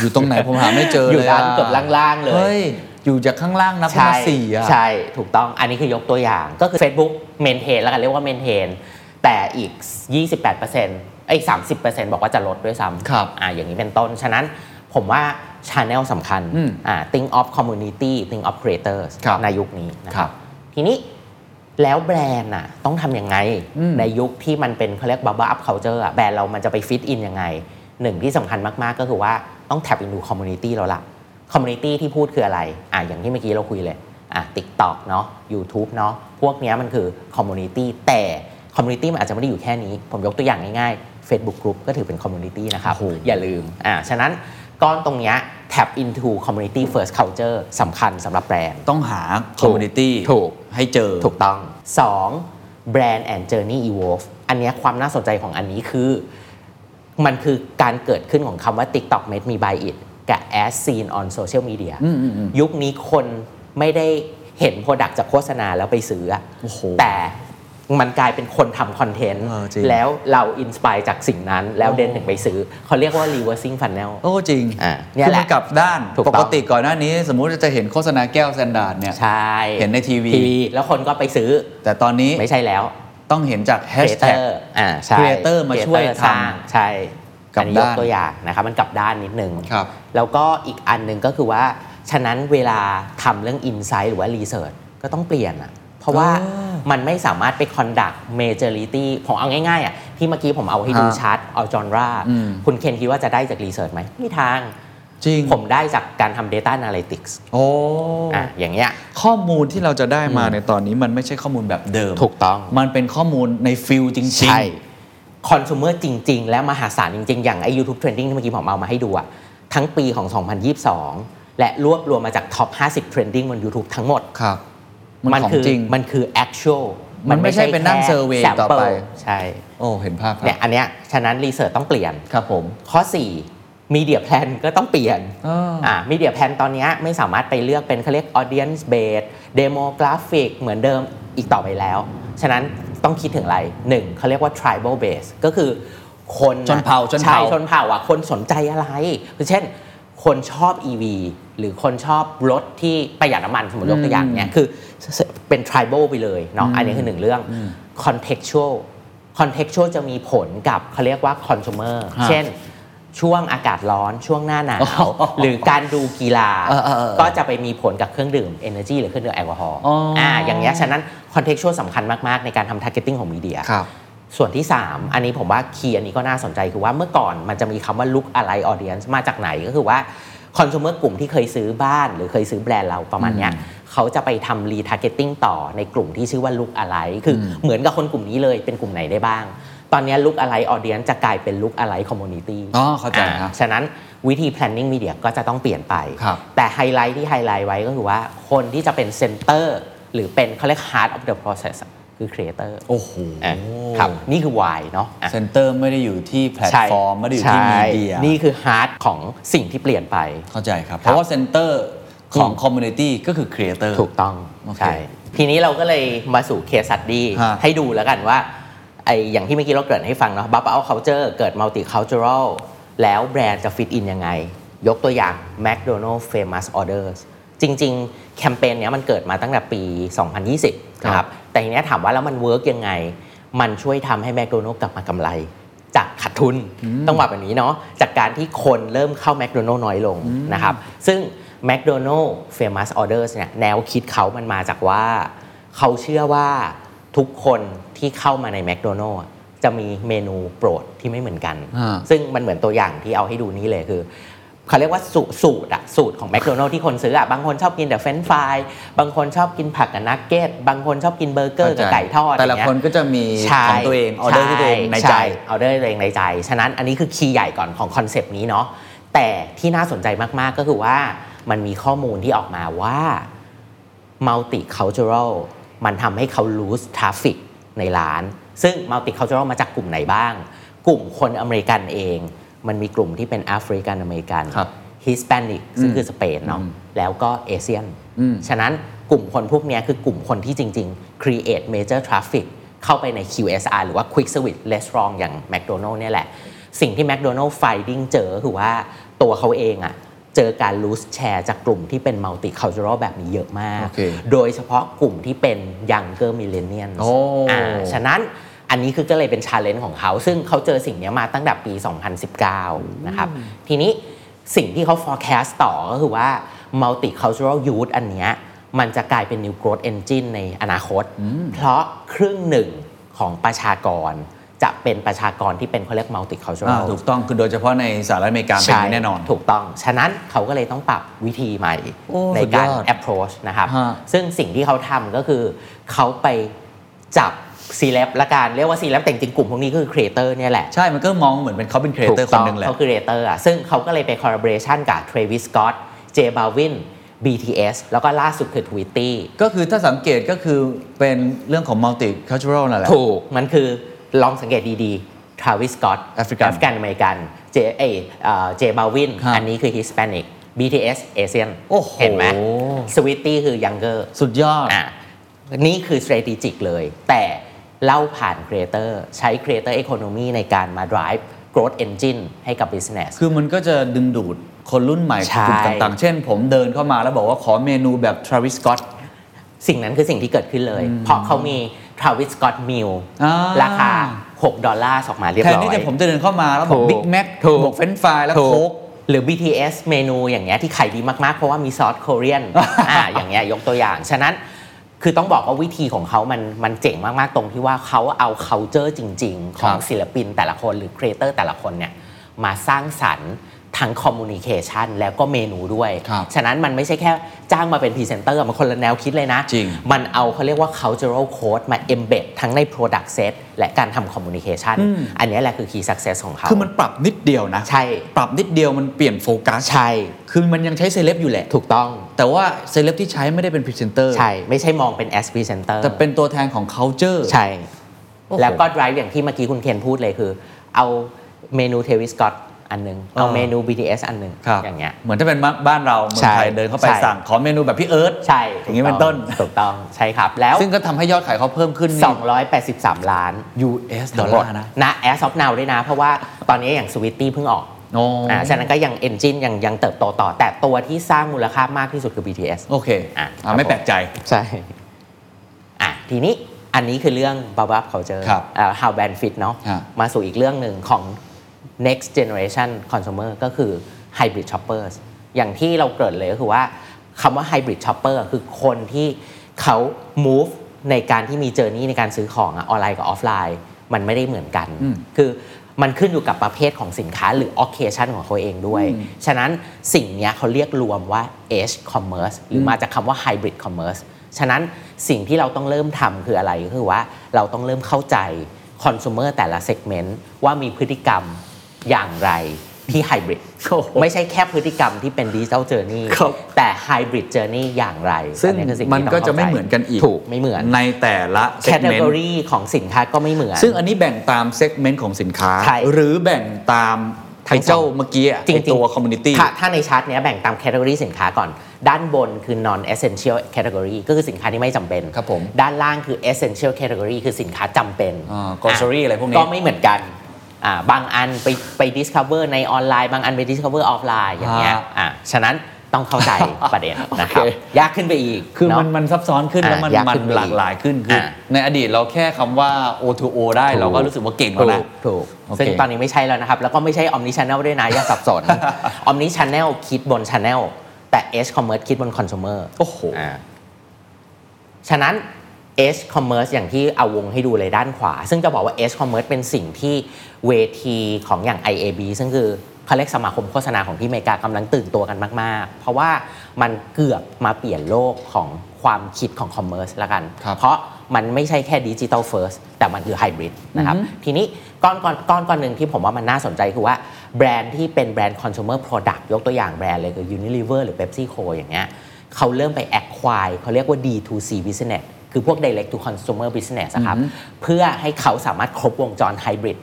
อยู่
[LAUGHS]
ตรงไหนผมหาไม่เจอ
อ
อยู่ เลย
ด้านเกือบล่างๆเลย
เฮ้ย อยู่จากข้างล่างนับมา
ใช่
สี่อ่ะ
ใช่ ถูกต้องอันนี้คือยกตัวอย่างก็คือ Facebook maintain แล้วกันเรียกว่า maintain แต่อีก 28%เอ้ย30%บอกว่าจะลดด้วยซ้ำ
ครับ
อ่าอย่างนี้เป็นต้น ฉะนั้นผมว่า Channel สำคัญ
อืม
อ่า think of community think of creators
ครับ
ในยุคนี้นะค
ครั
รับบ ทีนี้แล้วแบรนด์น่ะต้องทำยังไง
อืม
ในยุคที่มันเป็นเขาเรียก bubble up culture อะแบรนด์เรามันจะไป fit in ยังไง หนึ่งที่สำคัญมาก ๆ ก็คือว่าต้อง tap into community แล้วล่ะ คอมมูนิตี้ที่พูดคืออะไร อ่ะอย่างที่เมื่อกี้เราคุยเลย อ่ะ TikTok เนาะ YouTube เนาะ พวกเนี้ยมันคือคอมมูนิตี้แต่คอมมูนิตี้มันอาจจะไม่ได้อยู่แค่นี้ ผมยกตัวอย่างง่ายๆ Facebook Group ก็ถือเป็นคอมมูนิตี้นะครับ
โอ้โห
อย่าลืม อ่ะฉะนั้นก้อนตรงเนี้ย tap into community first culture สำคัญสำหรับแบรนด์
ต้องหาคอมมูนิตี้
ถูก
ให้เจอ
ถูกต้อง 2. Brand and Journey Evolve อันเนี้ยความน่าสนใจของอันนี้คือ มันคือการเกิดขึ้นของคำว่า TikTok made me buy it กับ as seen on social media
อืมอืมอืม
ยุคนี้คนไม่ได้เห็นโปรดักต์จากโฆษณาแล้วไปซื้ออะ
โอ้โห
แต่มันกลายเป็นคนทำคอนเทนต์
เออจริง
แล้วเราอินสปายจากสิ่งนั้น แล้วเดนถึงไปซื้อ เขาเรียกว่า reversing funnel
โอ้จริง
อ่ะเนี่ย
คือ
แห
มั
ละ
นกลับด้าน
ถูกต้
ป
อง
กติก่อนหน้านี้ สมมุติจะเห็นโฆษณาแก้วแซนดาร์ดเนี่ย
ใช่
เห็นในทีวี
ทีวี แล้วคนก็ไปซื้อ
แต่ตอนนี้
ไม่ใช่แล้ว
ต้องเห็นจากแฮช
Creator
แท็ก
อ่าใช่
Creator มาช่วย
Creator สร้างใช่
กลับ
อัย
ด้าน
ตัวอย่างนะครับมันกลับด้านนิดนึง
ครับ
แล้วก็อีกอันหนึ่งก็คือว่า ฉะนั้นเวลาทำเรื่องอินไซต์หรือว่ารีเสิร์ชก็ต้องเปลี่ยนอ่ะ เพราะว่า
เออ
มันไม่สามารถไปคอนดักเมเจอริตี้ผมเอาง่ายๆอ่ะที่เมื่อกี้ผมเอาให้ดู
อ่า
ชาร์ตเอาจอนรา
อืม
คุณเคนคิดว่าจะได้จากรีเสิร์ชไหมไม่ทาง
จริง
ผมได้จากการทำ Data Analytics
โอ้
อ่ะอย่างเงี้ย
ข้อมูลที่เราจะได้มาในตอนนี้มันไม่ใช่ข้อมูลแบบเดิม
ถูกต้อง
มันเป็นข้อมูลในฟิลจริงๆ
ใช่คอน sumer จริง ๆ และมหาศาลจริง ๆ อย่างไอ้ YouTube Trending ที่เมื่อกี้ผมเอามาให้ดูอะทั้งปีของ 2022 และรวบรวมมาจากท็อป 50 Trending บน YouTube ทั้งหมด
ครับ มันของ
คื
จริง
มันคือ actual
มันไม่ใช่เป็นนั่ง
แค่
survey
sample
ต่อไป
ใช่
โอ้ เห็นภาพค
เนี่
รั
ย
บ
อันเนี้ยฉะนั้นรีเสิร์ชต้องเปลี่ยน
ครับผม
ข้อ 4 media plan ก็ต้องเปลี่ยน
อ่า
อ่า media plan ตอนเนี้ยไม่สามารถไปเลือกเป็นเขาเรียก audience based demographic เหมือนเดิมอีกต่อไปแล้ว ฉะนั้นต้องคิดถึงอะไรหนึ่งเขาเรียกว่า tribal base ก็คือคน
ชนเผ่าชนเผ่า
ใช่ชนเผ่าอ่ะคนสนใจอะไรคือเช่น คนชอบ EV หรือคนชอบรถที่ประหยัดน้ำมันสมมติยกตัวอย่างเนี่ยคือเป็น tribal ไปเลยเนาะอันนี้คือหนึ่งเรื่อง contextual contextual จะมีผลกับเขาเรียกว่า consumer
ฮะ
เช่น ช่วงอากาศร้อนช่วงหน้าหนาว
อ๋อ
หรือการดูกีฬา
เออเออเออ
ก็จะไปมีผลกับเครื่องดื่ม Energy หรือเครื่องดื่มแอลกอฮอล์
อ๋ออ่
่าอย่างเงี้ยฉะนั้นคอนเท็กชวลสำคัญมาก ๆ ในการทำ targeting ของมีเดีย
ครับ
ส่วนที่ 3 อันนี้ผมว่าคีย์อันนี้ก็น่าสนใจคือว่าเมื่อก่อนมันจะมีคำว่า look alike audience มาจากไหนก็คือว่าคอน sumer กลุ่มที่เคยซื้อบ้าน หรือเคยซื้อแบรนด์เราประมาณเนี้ยเขาจะไปทำ retargeting ต่อในกลุ่มที่ชื่อว่า look alike คืออเหมือนกับคนกลุ่มนี้เลยเป็นกลุ่มไหนได้บ้าง ตอนเนี้ look alike audience จะกลายเป็น look alike community
อ๋อเข้าใจครับ
อ่ฉะนั้นวิธี planning media ก็จะต้องเปลี่ยนไป
ครับ
แต่ไฮไลท์ที่ไฮไลท์ไว้ก็คือว่าคนที่จะเป็น center หรือเป็นเขาเรียก heart of the process อะคือ creator
โอ้โห
อ่ะครับนี่คือ why เนาะอ่ะ
เซนเตอร์ไม่ได้อยู่ที่แพลต
ใช่
ฟอร์ม ไม่ได้อยู่ที่
ใช่
มีเดีย
นี่คือ heart ของสิ่งที่เปลี่ยนไป
เข้าใจครับ เพราะว่าเซนเตอร์ของ
อืม
คอมมูนิตี้ก็คือครีเอเตอร์
ถูกต้อง
โอเค
ใช่ทีนี้เราก็เลยมาสู่เคสัตดี
ฮะ
ให้ดูแล้วกันว่าไออย่างที่เมื่อกี้เราเกริ่นให้ฟังเนาะบัฟเฟิลเคาน์เตอร์เกิดมัลติเคา t u เ a อแล้วแบรนด์จะฟิตอินยังไง ยกตัวอย่าง McDonald Famous Orders จริง ๆ แคมเปญเนี้ยมันเกิดมาตั้งแต่ปี 2020นะครับแต่ทีเนี้ยถามว่าแล้วมันเวิร์กยังไง มันช่วยทำให้แมคโดนัลด์กลับมากำไร จากขาดทุนต้องบอกแบบนี้เนาะจากการที่คนเริ่มเข้าแมคโดนัลด์น้อยลงนะครับซึ่ง McDonald Famous Orders เนี่ยแนวคิดเขามันมาจากว่า เขาเชื่อว่าทุกคนที่เข้ามาใน McDonald อะจะมีเมนูโปรดที่ไม่เหมือนกัน
อ่า
ซึ่งมันเหมือนตัวอย่างที่เอาให้ดูนี่เลยคือ เขาเรียกว่าสสูตรอะสูตรของแมคโดนัลด์ที่คนซื้ออะบางคนชอบกินแต่เฟรนช์ฟรายบางคนชอบกินผักกับนักเก็ตบางคนชอบกินเบอร์เกอร์กับไก่ทอด
แต่
อย่า
ละ
งเงี้ย
คนก็จะมีของตัวเองออเดอร์ที่ตัวเองในใจ
ออเดอร์ตัวเองในใจ ฉะนั้นอันนี้คือคีย์ใหญ่ก่อนของคอนเซปต์นี้เนาะแต่ที่น่าสนใจมากๆก็คือว่ามันมีข้อมูลที่ออกมาว่า multi cultural มันทำให้เขา lose traffic ในร้าน ซึ่ง multi cultural มาจากกลุ่มไหนบ้าง กลุ่มคนอเมริกันเอง มันมีกลุ่มที่เป็นแอฟริกันอเมริกัน
ครับ
ฮิสแปนิกซึ่งคือสเปนเนาะแล้วก็เอเชียน ฉะนั้นกลุ่มคนพวกเนี้ยคือกลุ่มคนที่จริง ๆ create major traffic เข้าไปใน QSR หรือว่า quick service restaurant อย่าง McDonald เนี่ยแหละ สิ่งที่ McDonald finding เจอคือว่าตัวเขาเองอะเจอการ lose share จากกลุ่มที่เป็น multicultural แบบนี้เยอะมาก
โอเค
โดยเฉพาะกลุ่มที่เป็น younger millennials
โอ้
อ่าฉะนั้นอันนี้คือก็เลยเป็นชาเลนจ์ของเขา ซึ่งเขาเจอสิ่งเนี้ยมาตั้งแต่ปี 2019 นะครับ ทีนี้สิ่งที่เขา forecast ต่อก็คือว่า multicultural youth อันเนี้ยมันจะกลายเป็น new growth engine ในอนาคต เพราะครึ่งหนึ่งของประชากร จะเป็นประชากรที่เป็นเขาเรียก
อ่า
multicultural
ถูกต้องคือโดยเฉพาะในสหรัฐอเมริกาเป็นอย่างนี้แน่นอน
ใช่ถูกต้อง ฉะนั้นเขาก็เลยต้องปรับวิธีใหม่
โอ้
ในการ
สุดยอด
approach นะครับ
ฮะ
ซึ่งสิ่งที่เขาทำก็คือเขาไปจับซีเลบละกันเรียกว่าซีเลบแต่จริงๆกลุ่มพวกนี้ก็คือครีเอเตอร์เนี่ยแหละ
ใช่มันก็มองเหมือนเป็นเขาเป็นครีเอเตอร์คนหนึ่งแหละ
เขาคือเรเตอร์อ่ะ ซึ่งเขาก็เลยไปคอร์ b o r a t i o n กับ Travis Scott J Balvin BTS แล้วก็ล่าสุดคือ Twitty
ก็คือถ้าสังเกตก็คือเป็นเรื่องของ multi cultural นั่นแหละ
ถูก มันคือลองสังเกตดีๆ Travis Scott
African
กันอเมริกัน เจเอเจบาวิน
ครับ
อันนี้คือ Hispanic BTS เอเชียน
โอ้โห
เห็นไหม Sweetie คือ Younger
สุดยอด
อ่ะนี่คือ strategic เลย แต่เล่าผ่าน Creator ใช้ Creator Economy ในการมา drive growth engine ให้กับ business
คือมันก็จะดึงดูดคนรุ่นใหม่
ใช่
กลุ่มต่างๆ เช่น ผมเดินเข้ามาแล้วบอกว่าขอเมนูแบบ Travis Scott
สิ่งนั้นคือสิ่งที่เกิดขึ้นเลย เพราะเขามี Travis Scott Meal
อ่า
ราคา 6 ดอลลาร์ออกมาเรียบ
แทน
ร้อย
ที่จะผมจะเดินเข้ามาแล้วบอก
ถูก
Big Mac
ถูก
บอกเฟรนฟรายแล้ว
ถูก
โค้ก
หรือ BTS เมนูอย่างเงี้ยที่ขายดีมาก ๆ เพราะว่ามีซอส k o เ e ียน อ่าอย่างเงี้ยยกตัวอย่าง ฉะนั้นคือต้องบอกว่าวิธีของเขามันมันเจ๋งมาก ๆ ตรงที่ว่าเขาเอา culture จริง ๆ ของ
ครับ
ศิลปินแต่ละคนหรือครีเอเตอร์แต่ละคนเนี่ยมาสร้างสรรค์ทั้ง communication แล้วก็เมนูด้วย
ครับ
ฉะนั้นมันไม่ใช่แค่จ้างมาเป็นพรีเซนเตอร์มันคนละแนวคิดเลยนะ
จริง
มันเอาเขาเรียกว่า cultural code มา embed ทั้งใน product set และการทำ communication อันเนี้ยแหละคือ key success ของเขา
คือมันปรับนิดเดียวนะ
ใช่
ปรับนิดเดียวมันเปลี่ยนโฟกัส
ใช่
คือมันยังใช้เซเลบอยู่แหละ
ถูกต้อง
แต่ว่าเซเลบที่ใช้ไม่ได้เป็นพรีเซนเตอร์
ใช่ไม่ใช่มองเป็น as presenter
แต่เป็นตัวแทนของ culture
ใช่
โอ้โห
แล้วก็ drive อย่างที่เมื่อกี้คุณเคนพูดเลยคือ เอาเมนูเทวิสกอตอันหนึง เอา
อ่า
เมนู BTS อันหนึง
ครับ
อย่างเงี้ย
เหมือนถ้าเป็นบ้านเราเมืองไทย
ใช่
เดินเข้าไป
ใช่
สั่งขอเมนูแบบพี่เอิร์ธ
ใช่
อย่างงี้เป็นต้น
ถูกต้องใช่ครับ แล้ว
ซึ่งก็ทำให้ยอดขายเขาเพิ่มขึ้นนี่
283 ล้าน
US ด
ทั้
อง ล
หมด
ลาร์นะ
นะแอสซอฟนาวด้วยนะ เพราะว่าตอนนี้อย่างสวิตตี้เพิ่งออก
โอ้
อ่าฉะนั้นก็ยังเอนจินยังยังเติบโตต่อ แต่ตัวที่สร้างมูลค่ามากที่สุดคือ BTS
โอเค
อ่ะ
อ่ะ
ค
ไม่
รับผม
แปลกใจ
ใช่ อ่ะ ทีนี้อันนี้คือเรื่อง b u b b l e culture
ครับ
อ่า how band fit เนาะ
ฮะ
มาสู่อีกเรื่องหนึ่งของ next generation consumer ก็คือ hybrid shoppers อย่างที่เราเกริดเลยก็คือว่าคำว่า hybrid shopper คือคนที่เขา move ในการที่มีเจอร์นี่ในการซื้อของอะออนไลน์กับออฟไลน์ มันไม่ได้เหมือนกัน
อืม
คือมันขึ้นอยู่กับประเภทของสินค้าหรือ occasion ของเขาเองด้วย ฉะนั้นสิ่งเนี้ยเขาเรียกรวมว่า edge commerce หรือมาจากคำว่า hybrid commerce ฉะนั้นสิ่งที่เราต้องเริ่มทำคืออะไรก็คือว่าเราต้องเริ่มเข้าใจ consumer แต่ละ segment ว่ามีพฤติกรรมอย่างไรที่
[LAUGHS]
hybrid
โอ้โห
ไม่ใช่แค่พฤติกรรมที่เป็น digital journey
ครับ
แต่ hybrid journey อย่างไร
ซึ่ง
อัคือสิ่ที่
มันก็
ต้ง
จะ
ข้า
ไม่เหมือนกันอีก
ถูกไม่เหมือน
ในแต่ละ segment
category ของสินค้าก็ไม่เหมือน
ซึ่งอันนี้แบ่งตามเซกเมนต์ของสินค้า
ใช่
หรือแบ่งตาม
ทั้
ไท
งสอง
เจ้าเมื่อกี้อะ
จริง
ไอ้
ๆ
ตัวคอมมูนิตี้
ถ้าถ้าในชาร์ตเนี้ยแบ่งตามแคตตา o r y สินค้าก่อน ด้านบนคือ non essential category ก็คือสินค้าที่ไม่จำเป็น
ครับผม
ด้านล่างคือ essential category คือสินค้าจำเป็น
อ่า grocery อะไรพวกนี้
ก็ไม่เหมือนกันอ่าบางอันไปไป discover ในออนไลน์ บางอันไป discover ออฟไลน์อย่างเงี้ย
อ่า
อ่าฉะนั้น ต้องเข้าใจประเด็นนะครับ
โอเค
ยากขึ้นไปอีก
คือมัน
เาะ
มันซับซ้อนขึ้น
อ่ะ
แล้วมัน
ยาก
มัน
ขึ้นไปอีก
หลากหลายขึ้นคืออา ในอดีตเราแค่คำว่า O2O ได้
ถูก
เราก็รู้สึกว่าเก่งแล้ว
ถู
นะ
กถูก
โอเค
ซึ่งตอนนี้ไม่ใช่แล้วนะครับ แล้วก็ไม่ใช่ omnichannel ด้วยนะ อย่าสับ
[LAUGHS]
สน omnichannel คิดบน channel แต่ h commerce คิดบน consumer
โอ้โห
าฉะนั้น h commerce อย่างที่เอาวงให้ดูเลยด้านขวา ซึ่งจะบอกว่า h commerce เป็นสิ่งที่เวทีของอย่าง IAB ซึ่งคือเขาเรียกสมาคมโฆษณาของที่อเมริกากำลังตื่นตัวกันมาก ๆ เพราะว่ามันเกือบมาเปลี่ยนโลกของความคิดของคอมเมอร์สละกัน
ครับ
เพราะมันไม่ใช่แค่ดิจิตอลเฟิร์สแต่มันคือไฮบริดนะครับ ทีนี้ก้อนก้อนก้อนก้อนหนึ่งที่ผมว่ามันน่าสนใจคือว่าแบรนด์ที่เป็นแบรนด์คอน sumer product ยกตัวอย่างแบรนด์เลยคือ Unilever หรือ PepsiCo อย่างเงี้ยเขาเริ่มไป acquire เขาเรียกว่า D2C business คือพวก direct to consumer business อะครับ เพื่อให้เขาสามารถครบวงจรไฮบริด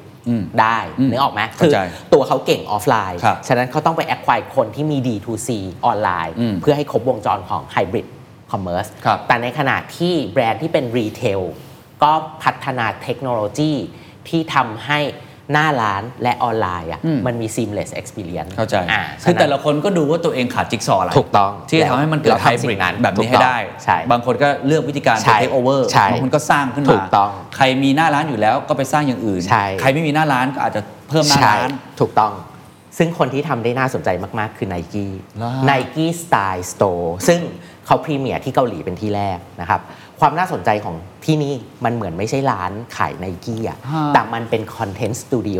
ได้
อืม
นึกออกไหม
เข้า
คือ
ใจ
ตัวเขาเก่งออฟไลน์
ครับ
ฉะนั้นเขาต้องไป acquire คนที่มี D2C ออนไลน์
อืม
เพื่อให้ครบวงจรของไฮบริดคอมเมอร์ส
ครับ
แต่ในขณะที่แบรนด์ที่เป็นรีเทลก็พัฒนาเทคโนโลยีที่ทำให้หน้าร้านและออนไลน์อ่ะ
อืม
มันมี seamless experience
เข้าใจ
อ่า
คือแต่ละ
ฉ
คนก็ดูว่าตัวเองขาดจิ๊กซอว์อะไร
ถูกต้อง
ที่จะทำให้มันเกิด
เรา
ไฮ
ทำ
บ
สิ่
ริด
งนั้น
แบบ
ถู
นี้ให้
กต้อง
ได้
ใช่
บางคนก็เลือกวิธีการ
ใช่
เทคโอเวอร์
ใช่
บางคนก็สร้างขึ้นมา
ถูกต้อง
ใครมีหน้าร้านอยู่แล้วก็ไปสร้างอย่างอื่น
ใช่
ใครไม่มีหน้าร้านก็อาจจะเพิ่มหน้า
ใช่
ร้าน
ถูกต้อง ซึ่งคนที่ทำได้น่าสนใจมาก ๆ คือ Nike
ว้าว
Nike Style Store ซึ่งเขาพรีเมียร์ที่เกาหลีเป็นที่แรกนะครับ ความน่าสนใจของที่นี่มันเหมือนไม่ใช่ร้านขาย Nike อ่ะ
ฮะ
แต่มันเป็นคอนเทนต์สตูดิโอ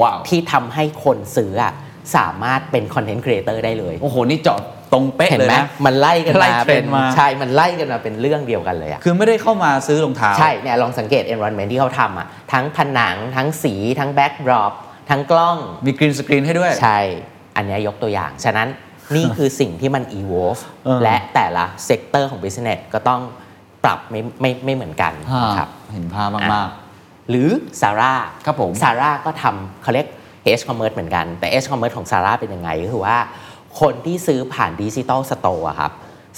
ว้าว
ที่ทำให้คนซื้ออะสามารถเป็นคอนเทนต์ครีเอเตอร์ได้เลย
โอ้โห นี่เจอดตรงเป๊ะ
เห็น
เลย
ไหม
นะ
มันไล่กัน
ไล่
มา
เทร
เป็น น
ด์มา
ใช่ มันไล่กันมาเป็นเรื่องเดียวกันเลยอะ
คือไม่ได้เข้ามาซื้อรองเท้า
ใช่เนี่ยลองสังเกต environment ที่เขาทำอะทั้งผนังทั้งสีทั้ง backdrop ทั้งกล้อง
มีกรีนสกรีนให้ด้วย
ใช่ อันเนี้ยยกตัวอย่าง ฉะนั้นนี่คือสิ่งที่มัน evolve
เออ
และแต่ละเซกเตอร์ของ business ก็ต้องปรับไม่ไม่ไม่เหมือนกัน
อ่า
นะครับ
เห็นภาพมาก
หรือซาร่า
ครับผม
ซาร่าก็ทำเขาเรียก H commerce เหมือนกัน แต่ H commerce ของซาร่าเป็นยังไง ก็คือว่า คนที่ซื้อผ่านดิจิตอลสโตร์ครับ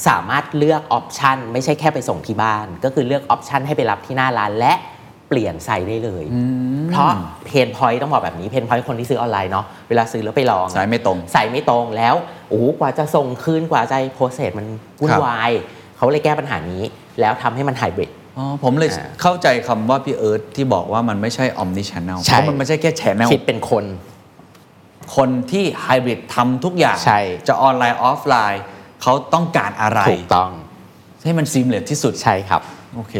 สามารถเลือกออปชันไม่ใช่แค่ไปส่งที่บ้าน ก็คือเลือกออปชันให้ไปรับที่หน้าร้านและเปลี่ยนไซส์ได้เลย เพราะเพนพอยต์ต้องบอกแบบนี้เพนพอยต์คนที่ซื้อออนไลน์เนาะเวลาซื้อแล้วไปลอง
ๆ สายไม่ตรง
ใส่ไม่ตรงแล้วโอ้โหกว่าจะส่งคืนกว่าจะโปรเซสมันวุ่น
ครับ
วายเขาเลยแก้ปัญหานี้ แล้วทำให้มันไฮบริด
อ๋อผมเลย
อ่า
เข้าใจคำว่าพี่เอิร์ธที่บอกว่ามันไม่ใช่ omni channel
ใช่
เพราะมันไม่ใช่แค่ channel
คิดเป็นคน
คนที่ไฮบริดทำทุกอย่าง
ใช่
จะออนไลน์ออฟไลน์เขาต้องการอะไร
ถูกต้อง
ให้มันซีมเลสที่สุด
ใช่ครับ
โอเค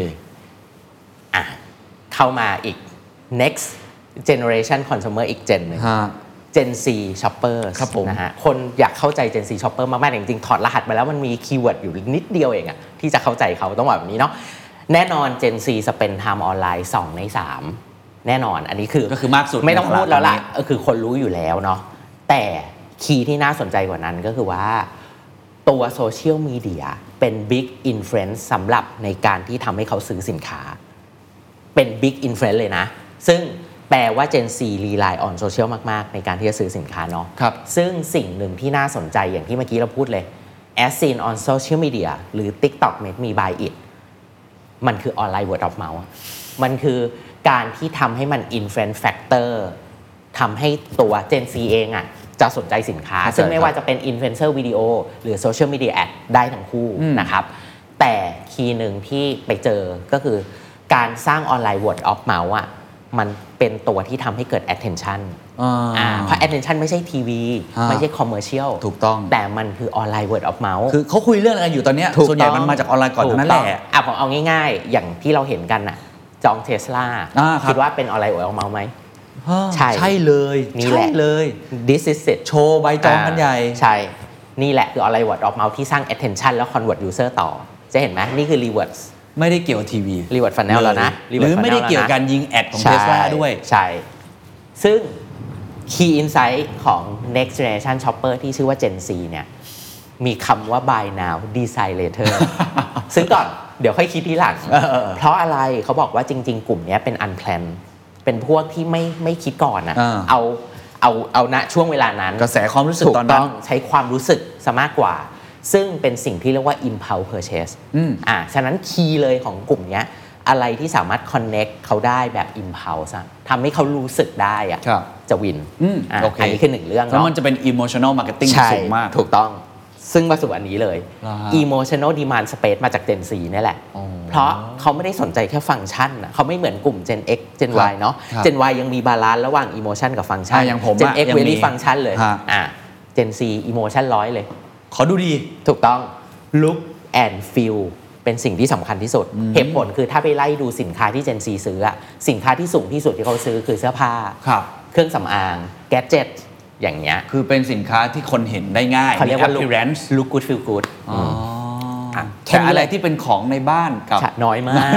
อ่ะเข้ามาอีก next generation consumer อีก gen หนึ่ง
ฮะ
Gen C shopper
ครับผม
นะฮะคนอยากเข้าใจ Gen C shopper มาก ๆ จริง ๆ ถอดรหัสมาแล้วมันมีคีย์เวิร์ดอยู่นิดเดียวเองอะที่จะเข้าใจเขาต้องบอกแบบนี้เนาะแน่นอน Gen C สเปน time ออนไลน์ 2 ใน 3 แน่นอนอันนี้คือ
ก็คือมากสุด
ไม่ต้อง
ในตลาด
พูดแล้วล่ะ
ตอนนี้
เออคือคนรู้อยู่แล้วเนาะแต่คีย์ที่น่าสนใจกว่านั้นก็คือว่าตัวโซเชียลมีเดียเป็นบิ๊กอินฟลูเอนซ์สำหรับในการที่ทำให้เขาซื้อสินค้า เป็นบิ๊กอินฟลูเอนซ์เลยนะ ซึ่งแปลว่า Gen C rely on social มาก ๆ ในการที่จะซื้อสินค้าเนาะ
ครับ
ซึ่งสิ่งหนึ่งที่น่าสนใจอย่างที่เมื่อกี้เราพูดเลย as seen on social media หรือ TikTok made me buy it มันคือออนไลน์ word of mouth อะมันคือการที่ทำให้มัน influence factor ทำให้ตัว Gen C เองอะจะสนใจสินค้า
เข้าใจ
ซึ่งไม่
ครับ
ว่าจะเป็น influencer video หรือ social media ad ได้ทั้งคู่นะครับ แต่คีย์หนึ่งที่ไปเจอก็คือ การสร้างออนไลน์ word of mouth อะมันเป็นตัวที่ทำให้เกิด attention
อ่า
อ่าเพราะ attention ไม่ใช่ทีวี
อ่า
ไม่ใช่ commercial
ถูกต้อง
แต่มันคือออนไลน์ word of mouth
คือเขาคุยเรื่องอะไรกันอยู่ตอนเนี้ย
ถูก
ส่วนใหญ่
ต้
มั
ง
นมาจากออนไลน์ก่อนทั้งนั้นแห
ถูต้
ละ
งอ่ะผมเอาง่ายๆ อย่างที่เราเห็นกันน่ะ จองเทสลา
อ่าครับ
คิดว่าเป็นออนไลน์ word of mouth ไหม
อ่า
ใช่
ใช่เลย
นี่แหละ
ใช่เลย
this is it
โชว์ใบจองกันใหญ่
อ่าใช่ นี่แหละคือออนไลน์ word of mouth ที่สร้าง attention แล้ว convert user ต่อ จะเห็นไหมนี่คือ rewards
ไม่ได้เกี่ยวกับทีวี
รีเวิร์ดฟันแนลแล้วนะ
เลยหรือไม่ได้เกี่ยวกับการยิงแอดของเทสลาด้วย
ใช่ ซึ่ง Key Insight ของ Next Generation Shopper ที่ชื่อว่า Gen Z เนี่ย มีคำว่า buy now design
[LAUGHS]
later ซึ่งก่อน เดี๋ยวค่อยคิดทีหลัง
เออเออเออ
เพราะอะไรเขาบอกว่าจริง ๆ กลุ่มเนี้ยเป็น unplanned เป็นพวกที่ไม่ไม่คิดก่อนอะ
อ่า
เอาเอาเอาณช่วงเวลานั้น
กระแสความรู้สึกตอนนั้น
ถูงใช้ความรู้สึกซะมากกว่า ซึ่งเป็นสิ่งที่เรียกว่า impulse purchase
อืม
อ่าฉะนั้นคีย์เลยของกลุ่มเนี้ยอะไรที่สามารถ connect เขาได้แบบ impulse อะทำให้เขารู้สึกได้อะ
ครับ
จะวิน
อืม
ะ
โอเค
อันนี้คือหนึ่งเรื่อง
แล้ว
เนาะ
มันจะเป็น emotional marketing
ใช่
สูงมาก
ถูกต้อง ซึ่งมาสู่อันนี้เลย
เหรอฮะ
emotional demand space มาจาก Gen Z นี่แหละ
อ๋อ
เพราะเขาไม่ได้สนใจแค่ฟังก์ชันน่ะเขาไม่เหมือนกลุ่ม Gen X Gen
ครับ
Y เนาะ
ครับ
Gen Y ยังมีบาลานซ์ระหว่าง emotion กับฟังก์ชัน
อ่ะอย่างผมอะ
Gen X
ยังมี
very function เลย
ฮะ
อ่ะ Gen Z emotion ร้อยเลย
ขอดูดี
ถูกต้อง look and feel เป็นสิ่งที่สำคัญที่สุด เหตุผลคือถ้าไปไล่ดูสินค้าที่ Gen Z ซื้ออะสินค้าที่สูงที่สุดที่เขาซื้อคือเสื้อผ้า
ครับ
เครื่องสำอาง แกดเจิตอย่างเงี้ย
คือเป็นสินค้าที่คนเห็นได้ง่าย
เขาเรียกว่า
มี
look
appearance
look good feel good
อ๋อ
ม
อ
ม
แต่อะไรที่เป็นของในบ้านกับ
ใช่น้อยมาก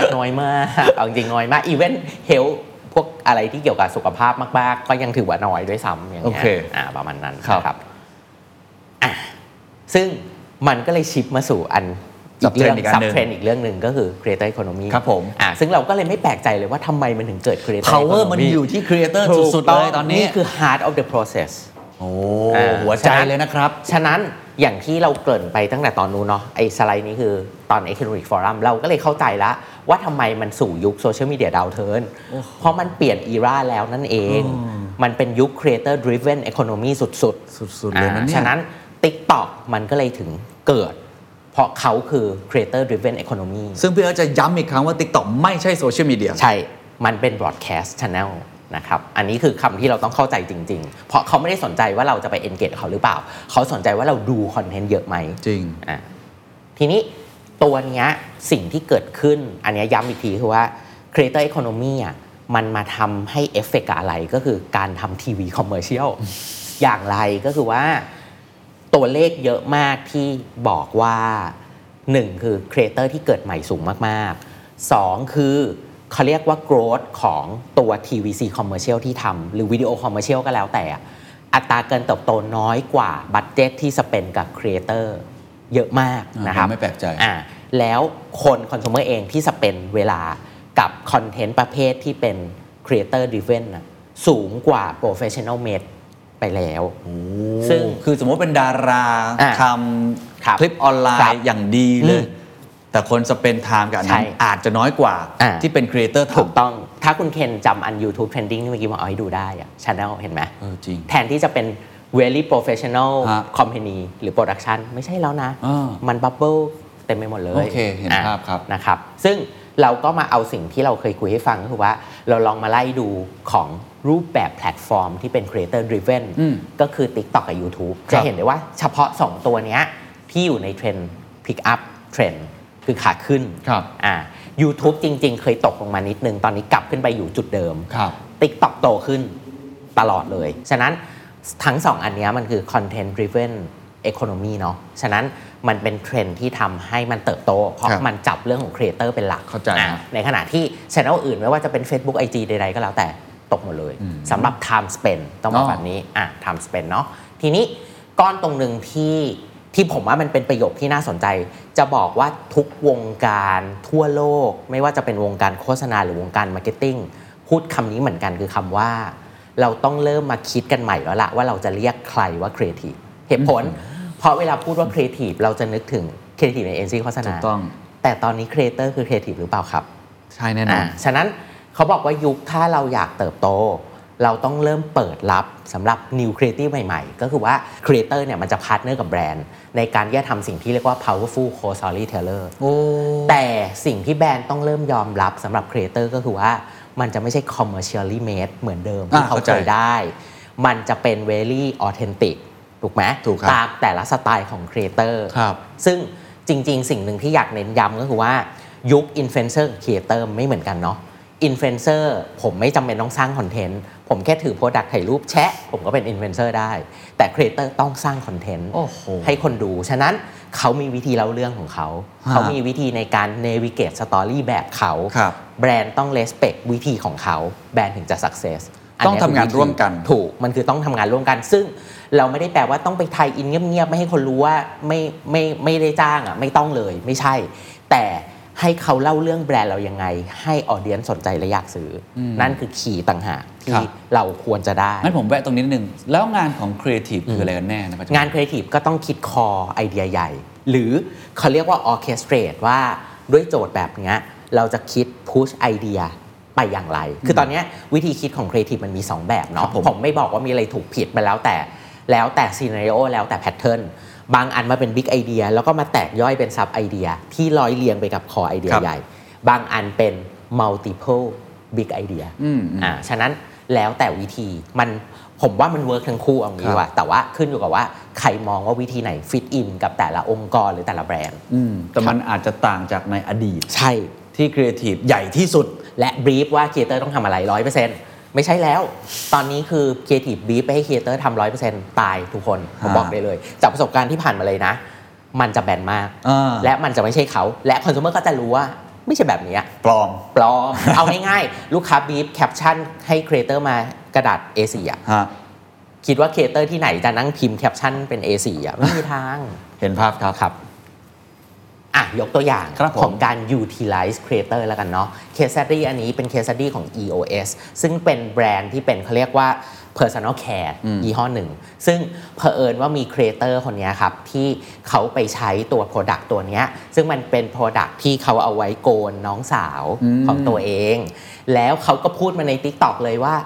[LAUGHS]
น้อยมากเอาจริงๆน้อยมากอีเวนเฮลพวกอะไรที่เกี่ยวกับสุขภาพมากๆ ก็ยังถือว่าน้อยด้วยซ้ำอย่าง
โอ
เงี้ย
เค
อ่าประมาณนั้น
ครับ
นะครับอ่ะซึ่งมันก็เลยชิปมาสู่อันอีกเรื่อง
Subtrend อีกอันหนึ่ง
Subtrend อีกเรื่องหนึ่งก็คือ creator economy
ครับผม
อ่ะซึ่งเราก็เลยไม่แปลกใจเลยว่าทำไมมันถึงเกิด creator economy
power มันอยู่ที่ครีเอเตอร์
ถูก
สุดๆเลยตอนนี้
นี่คือ heart of the process
โอ้
อ่า
หัวใจเลยนะครับ
ฉะนั้นอย่างที่เราเกริ่นไปตั้งแต่ตอนนู้นเนาะไอ้สไลด์นี้คือตอน Economic Forum เราก็เลยเข้าใจแล้วว่าทำไมมันสู่ยุคโซเชียลมีเดียดาวเทิร์นเพราะมันเปลี่ยนอีราแล้วนั่นเอง มันเป็นยุค Creator Driven Economy สุดๆ
สุดๆเลยนะ
อ่า
เนี่ย
ฉะนั้น TikTok มันก็เลยถึงเกิด เพราะเขาคือ Creator Driven Economy
ซึ่งพี่เอิร์ธจะย้ำอีกครั้งว่า TikTok ไม่ใช่โซเชียลมีเดีย
ใช่ มันเป็น broadcast channel นะครับ อันนี้คือคำที่เราต้องเข้าใจจริง ๆ เพราะเขาไม่ได้สนใจว่าเราจะไป engage กับเขาหรือเปล่า เขาสนใจว่าเราดูคอนเทนต์เยอะไหม
จริง
อ่ะทีนี้ตัวเนี้ยสิ่งที่เกิดขึ้น อันเนี้ยย้ำอีกทีคือว่า creator economy อ่ะมันมาทำให้เอฟเฟกอะไรก็คือการทำทีวีคอมเมอร์เชียลอย่างไรก็คือว่า ตัวเลขเยอะมากที่บอกว่า 1 คือครีเอเตอร์ที่เกิดใหม่สูงมากๆ 2 คือเขาเรียกว่า growth ของตัว TVC commercial ที่ทำหรือวิดีโอ commercial ก็แล้วแต่ อัตราการเติบโตน้อยกว่าบัตเจตที่สเปนกับครีเอเตอร์เยอะมากนะครับ
อ่าผมไม่แปลกใจ
อ่าแล้วคนคอน sumer เองที่สเปนเวลากับคอนเทนต์ประเภทที่เป็น Creator Driven น่ะสูงกว่า Professional Made ไปแล้ว ซึ่ง
คือสมมติเป็นดารา
อ่ะ
ท
ครับ
ำคลิปออนไล
ครับ
น์อย่างดีเลย
อืม
แต่คนสเปนไทม์กับอันนั้น
ใช่
อาจจะน้อยกว่า
อ่ะ
ที่เป็นครีเอเตอร์
ถูก
ทำ
ต้อง ถ้าคุณเคนจำอัน YouTube Trending ที่เมื่อกี้บอกเอาให้ดูได้อะช anel เห็นไหม
เออจริง
แทนที่จะเป็น very professional
ฮะ
company หรือ production ไม่ใช่แล้วนะ
อ่า
มันบับเบิลเต็มไปหมดเลย
โอเคเห็น
อ่ะ
ภาพครับ
นะครับ ซึ่งเราก็มาเอาสิ่งที่เราเคยคุยให้ฟังก็คือว่า เราลองมาไล่ดูของรูปแบบแพลตฟอร์มที่เป็น creator driven
อืม
ก็คือ TikTok กับ YouTube
ครั
จะ
บ
เห็นได้ว่าเฉพาะ 2 ตัวเนี้ยที่อยู่ในเทรนด์ pick up เทรนด์คือขาขึ้น
ครับ
อ่า YouTube จริง ๆ เคยตกลงมานิดนึง ตอนนี้กลับขึ้นไปอยู่จุดเดิม
ครับ
TikTok โตขึ้นตลอดเลย ฉะนั้นทั้งสองอันเนี้ยมันคือ Content Driven Economy เนาะฉะนั้นมันเป็นเทรนด์ที่ทำให้มันเติบโต เพราะ
ครับ
มันจับเรื่องของครีเอเตอร์เป็นหลัก
เข้าใจ
อ่ะ
ครับ
ในขณะที่ช anel อื่นไม่ว่าจะเป็น Facebook IG ใดๆก็แล้วแต่ตกหมดเลยสำหรับ Time Spend ต้องบอก
อ๋อ
แบบนี้อ่ะ Time Spend เนาะทีนี้ก้อนตรงหนึ่งที่ที่ผมว่ามันเป็นประโยคที่น่าสนใจ จะบอกว่าทุกวงการทั่วโลก ไม่ว่าจะเป็นวงการโฆษณาหรือวงการมาร์เก็ตติ้งพูดคำนี้เหมือนกันคือคำว่า เราต้องเริ่มมาคิดกันใหม่แล้วละว่าเราจะเรียกใครว่าครีเอทีฟเหตุผล เพราะเวลาพูดว่าครีเอทีฟเราจะนึกถึงครีเอทีฟในเอเจนซี่โฆษณา
ถูกต้อง
แต่ตอนนี้ครีเอเตอร์คือครีเอทีฟหรือเปล่าครับ
ใช่แน่นอน
อ่าฉะนั้นเขาบอกว่ายุคถ้าเราอยากเติบโต เราต้องเริ่มเปิดรับสำหรับ new creative ใหม่ๆ ก็คือว่า creator เนี่ยมันจะพาร์ทเนอร์กับแบรนด์ ในการแยกทำสิ่งที่เรียกว่า powerful core storyteller แต่สิ่งที่แบรนด์ต้องเริ่มยอมรับสำหรับ creator ก็คือว่ามันจะไม่ใช่ commercially made เหมือนเดิมที่
อ่า
เขา
เข้าใจ
เคยได้ มันจะเป็น very authentic ถูกไหม
ถูกครับ
ตามแต่ละสไตล์ของ creator
ครับ
ซึ่งจริง ๆ สิ่งหนึ่งที่อยากเน้นย้ำก็คือว่ายุคอินฟลูเอนเซอร์กับครีเอเตอร์ไม่เหมือนกันเนาะอินฟลูเอนเซอร์ผมไม่จำเป็นต้องสร้างคอนเทนต์ผมแค่ถือโปรดักต์ถ่ายรูปแชะ ผมก็เป็นอินฟลูเอนเซอร์ได้ แต่ครีเอเตอร์ต้องสร้างคอนเทนต์
โอ้โห
ให้คนดู ฉะนั้นเขามีวิธีเล่าเรื่องของเขา
ฮะ
เขามีวิธีในการเนวิเกตสตอรี่แบบเขา
ครับ
แบรนด์ต้องเลสเปควิธีของเขา แบรนด์ถึงจะสักเซส
ต้องทำงานร่วมกัน
ถูกมันคือต้องทำงานร่วมกัน ซึ่งเราไม่ได้แปลว่าต้องไปไทยอินเงียบๆ ไม่ให้คนรู้ว่าไม่ไม่ไม่ได้จ้างอ่ะไม่ต้องเลยไม่ใช่ แต่ให้เขาเล่าเรื่องแบรนด์เรายังไง ให้ออเดียนสนใจและอยากซื้ออนั่นคือขีย์ต่างหาก
ครั
ที่
บ
เราควรจะได้
งั้นผมแวะตรงนี้นิดนึง แล้วงานของครีเอทีฟคืออะไรกันแน่นะปัจจุบั
งานครีเอทีฟก็ต้องคิดคอไอเดียใหญ่ หรือเขาเรียกว่าออเคสเตรตว่าด้วยโจทย์แบบเนี้ยเราจะคิดพุชไอเดียไปอย่างไร คือตอนเนี้ยวิธีคิดของครีเอทีฟมันมี 2 แบบ
ครั
เนาะ
บผม
ผมไม่บอกว่ามีอะไรถูกผิดมันแล้วแต่ แล้วแต่ซีนารีโอแล้วแต่แพทเทิร์น บางอันมาเป็นบิ๊กไอเดียแล้วก็มาแตกย่อยเป็นซับไอเดียที่ร้อยเรียงไปกับคอไอเดีย
ครับ
ใหญ่ บางอันเป็น multiple big idea
อืมอืม
อ่าฉะนั้นแล้วแต่วิธีมันผมว่ามันเวิร์กทั้งคู่เอางี้
ครั
ดีก
บ
ว่า แต่ว่าขึ้นอยู่กับว่าใครมองว่าวิธีไหนฟิตอินกับแต่ละองค์กรหรือแต่ละแบรนด์
อืม
ครั
แต่
บ
มันอาจจะต่างจากในอดีต
ใช่
ที่ครีเอทีฟใหญ่ที่สุด
และบรีฟว่าครีเอเตอร์ต้องทำอะไรร้อยเปอร์เซ็นต์ไม่ใช่แล้ว ตอนนี้คือครีเอทีฟบรีฟไปให้ครีเอเตอร์ทำร้อยเปอร์เซ็นต์ตายทุกคนผม
ฮะ
บอกได้เลย จากประสบการณ์ที่ผ่านมาเลยนะ มันจะแบนมาก
อ่า
และมันจะไม่ใช่เขา และคอน sumer ก็จะรู้ว่าไม่ใช่แบบนี้
ปลอม
ปลอม เอาง่ายๆ ลูกค้าบรีฟแคปชั่นให้ครีเอเตอร์มากระดาษ A4 อะ
ฮะ
คิดว่าครีเอเตอร์ที่ไหนจะนั่งพิมพ์แคปชั่นเป็น A4 อะไม่มีทาง
เห็นภาพครับ ครับ
อ่ะ ยกตัวอย่าง
ครับผม
ของการ utilize creator แล้วกันเนาะ case study อันนี้เป็น case study ของ EOS ซึ่งเป็นแบรนด์ที่เป็นเขาเรียกว่า personal care ยี่ห้อหนึ่ง ซึ่งเผอิญว่ามี creator คนเนี้ยครับ ที่เขาไปใช้ตัว product ตัวเนี้ยซึ่งมันเป็น product ที่เขาเอาไว้โกนน้องสาวของตัวเอง แล้วเขาก็พูดมาใน TikTok เลยว่า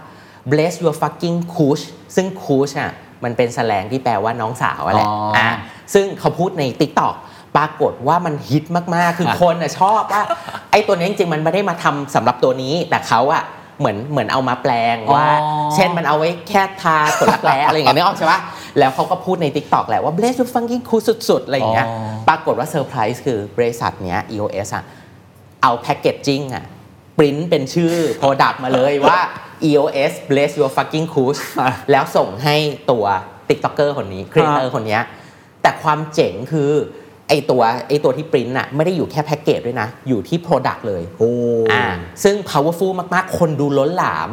bless your fucking kush ซึ่ง kush อ่ะมันเป็นแสลงที่แปลว่าน้องสาวอะแหละ
อ๋ออ่
อ่ะ ซึ่งเขาพูดใน t ิ k t o k ปรากฏว่ามันฮิตมาก ๆ คือคนน่ะชอบว่า [LAUGHS] ไอ้ตัวนี้จริง ๆ มันไม่ได้มาทำสำหรับตัวนี้ แต่เขาอะเหมือนเหมือนเอามาแปลงว่า
อ๋อ
เช่นมันเอาไว้แค่ทาขนรักแร้อะไรอย่างเงี้ยนึก [LAUGHS] ออกใช่ปะแล้วเขาก็พูดใน t ิ k t o k แหละว่า bless you fucking cool สุด ๆ อะไรอย่างเงี้ย
อ๋อ
ปรากฏว่าเซอร์ไพรส์คือบริษัทเนี้ย EOS อะเอาแพ c เกจจิ้งอะปริ้นเป็นชื่อ Product มาเลยว่า EOS bless your fucking cool แล้วส่งให้ตัว TikToker คนนี้ ครีเอเตอร์คนเนี้ยแต่ความเจ๋งคือไอตัวไอตัวที่ปริ้นอะไม่ได้อยู่แค่แพ็กเกจด้วยนะ อยู่ที่ Product เลย
โอ้
อ่าซึ่ง powerful มาก ๆ คนดูล้นหลาม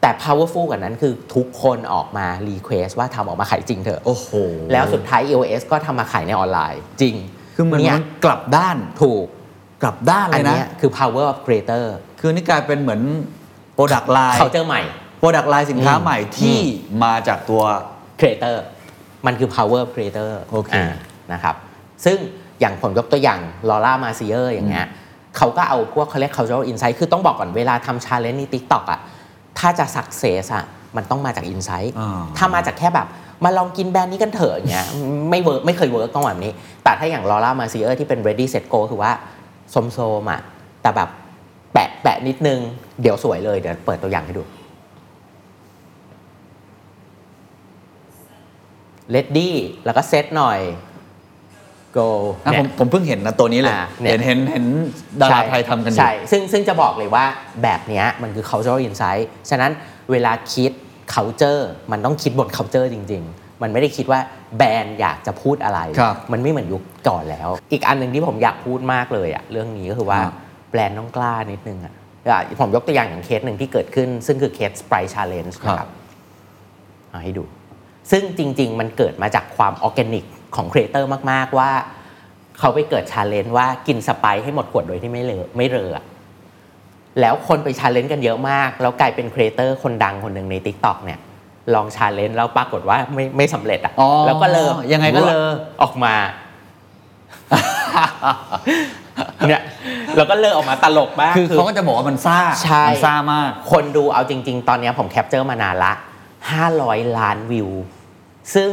แต่ powerful กว่านั้นคือทุกคนออกมา request ว่าทำออกมาขายจริงเถอะ
โอ้โห
แล้วสุดท้าย EOS ก็ทำมาขายในออนไลน์ จริง
คือเหมือน
เนี่ย
มันกลับด้าน
ถูก
กลับด้าน
อั
เล
น
ยนะ
เนี้ยคือ power of creator
คือนี่กลายเป็นเหมือนโปรดักต์ไลน์
เขาเจอใหม่
โปรดักต์ไลน์สินค้า
อืม
ใหม่ที่มาจากตัว
creator มันคือ power of creator
โอเค
านะครับ ซึ่งอย่างผมยกตัวอย่างลอร่ามาซิเออร์อย่างเงี้ยเขาก็เอาพวกเขาเรียก cultural insight คือต้องบอกก่อนเวลาทำ challenge ใน TikTok อ่ะ ถ้าจะ success อ่ะ มันต้องมาจาก insight
อ่า
ถ้ามาจากแค่แบบ มาลองกินแบรนด์นี้กันเถอะอย่างเงี้ยไม่เวิร์กไม่เคยเวิร์กต้องแบบนี้ แต่ถ้าอย่างลอร่ามาซิเออร์ที่เป็น ready set go คือว่าสมโซมๆอ่ะแต่แบบแปะแปะนิดนึงเดี๋ยวสวยเลยเดี๋ยวเปิดตัวอย่างให้ดู เลดดี้แล้วก็เซตหน่อย go
อ่ะผมผมเพิ่งเห็นนะตัวนี้เลย
อ่ะเนี่ย
เห็นเห็นเห็นดาราไทยทำกันอยู่
ใช่ ซึ่งซึ่งจะบอกเลยว่าแบบเนี้ยมันคือ cultural insight ฉะนั้นเวลาคิด culture มันต้องคิดบน culture จริง ๆ มันไม่ได้คิดว่าแบรนด์อยากจะพูดอะไร
ครับ
มันไม่เหมือนยุคก่อนแล้ว อีกอันหนึ่งที่ผมอยากพูดมากเลยอะเรื่องนี้ก็คือว่า
ครับ
แบรนด์ต้องกล้านิดนึงอะอ่ะผมยกตัวอย่างอย่างเคสหนึ่งที่เกิดขึ้น ซึ่งคือเคส Sprite Challenge นะครับ เอาให้ดู ซึ่งจริง ๆ มันเกิดมาจากความออร์แกนิกของครีเอเตอร์มาก ๆ ว่า เขาไปเกิดชาเลนจ์ว่ากินสไปซ์ให้หมดขวดโดยที่ไม่เลอะไม่เรออะแล้วคนไปชาเลนจ์กันเยอะมาก แล้วกลายเป็นครีเอเตอร์คนดังคนหนึ่งใน t ิ k t o k เนี่ย ลองชาเลนจ์แล้วปรากฏว่าไม่ไม่สำเร็จ
อ๋อ
อะ่ะแล้วก็เลอะ
ยังไงก็เลอะ
ออกมา
[LAUGHS]
เนี่ยแล้วก็เลอะออกมาตลกมาก
คือเขาก็จะบอกว่ามันซ่า
ใช่
มัซ่ามาก
คนดูเอาจริง ๆ ตอนเนี้ยผมแคปเจอร์มานานละ 500 ล้านวิว ซึ่ง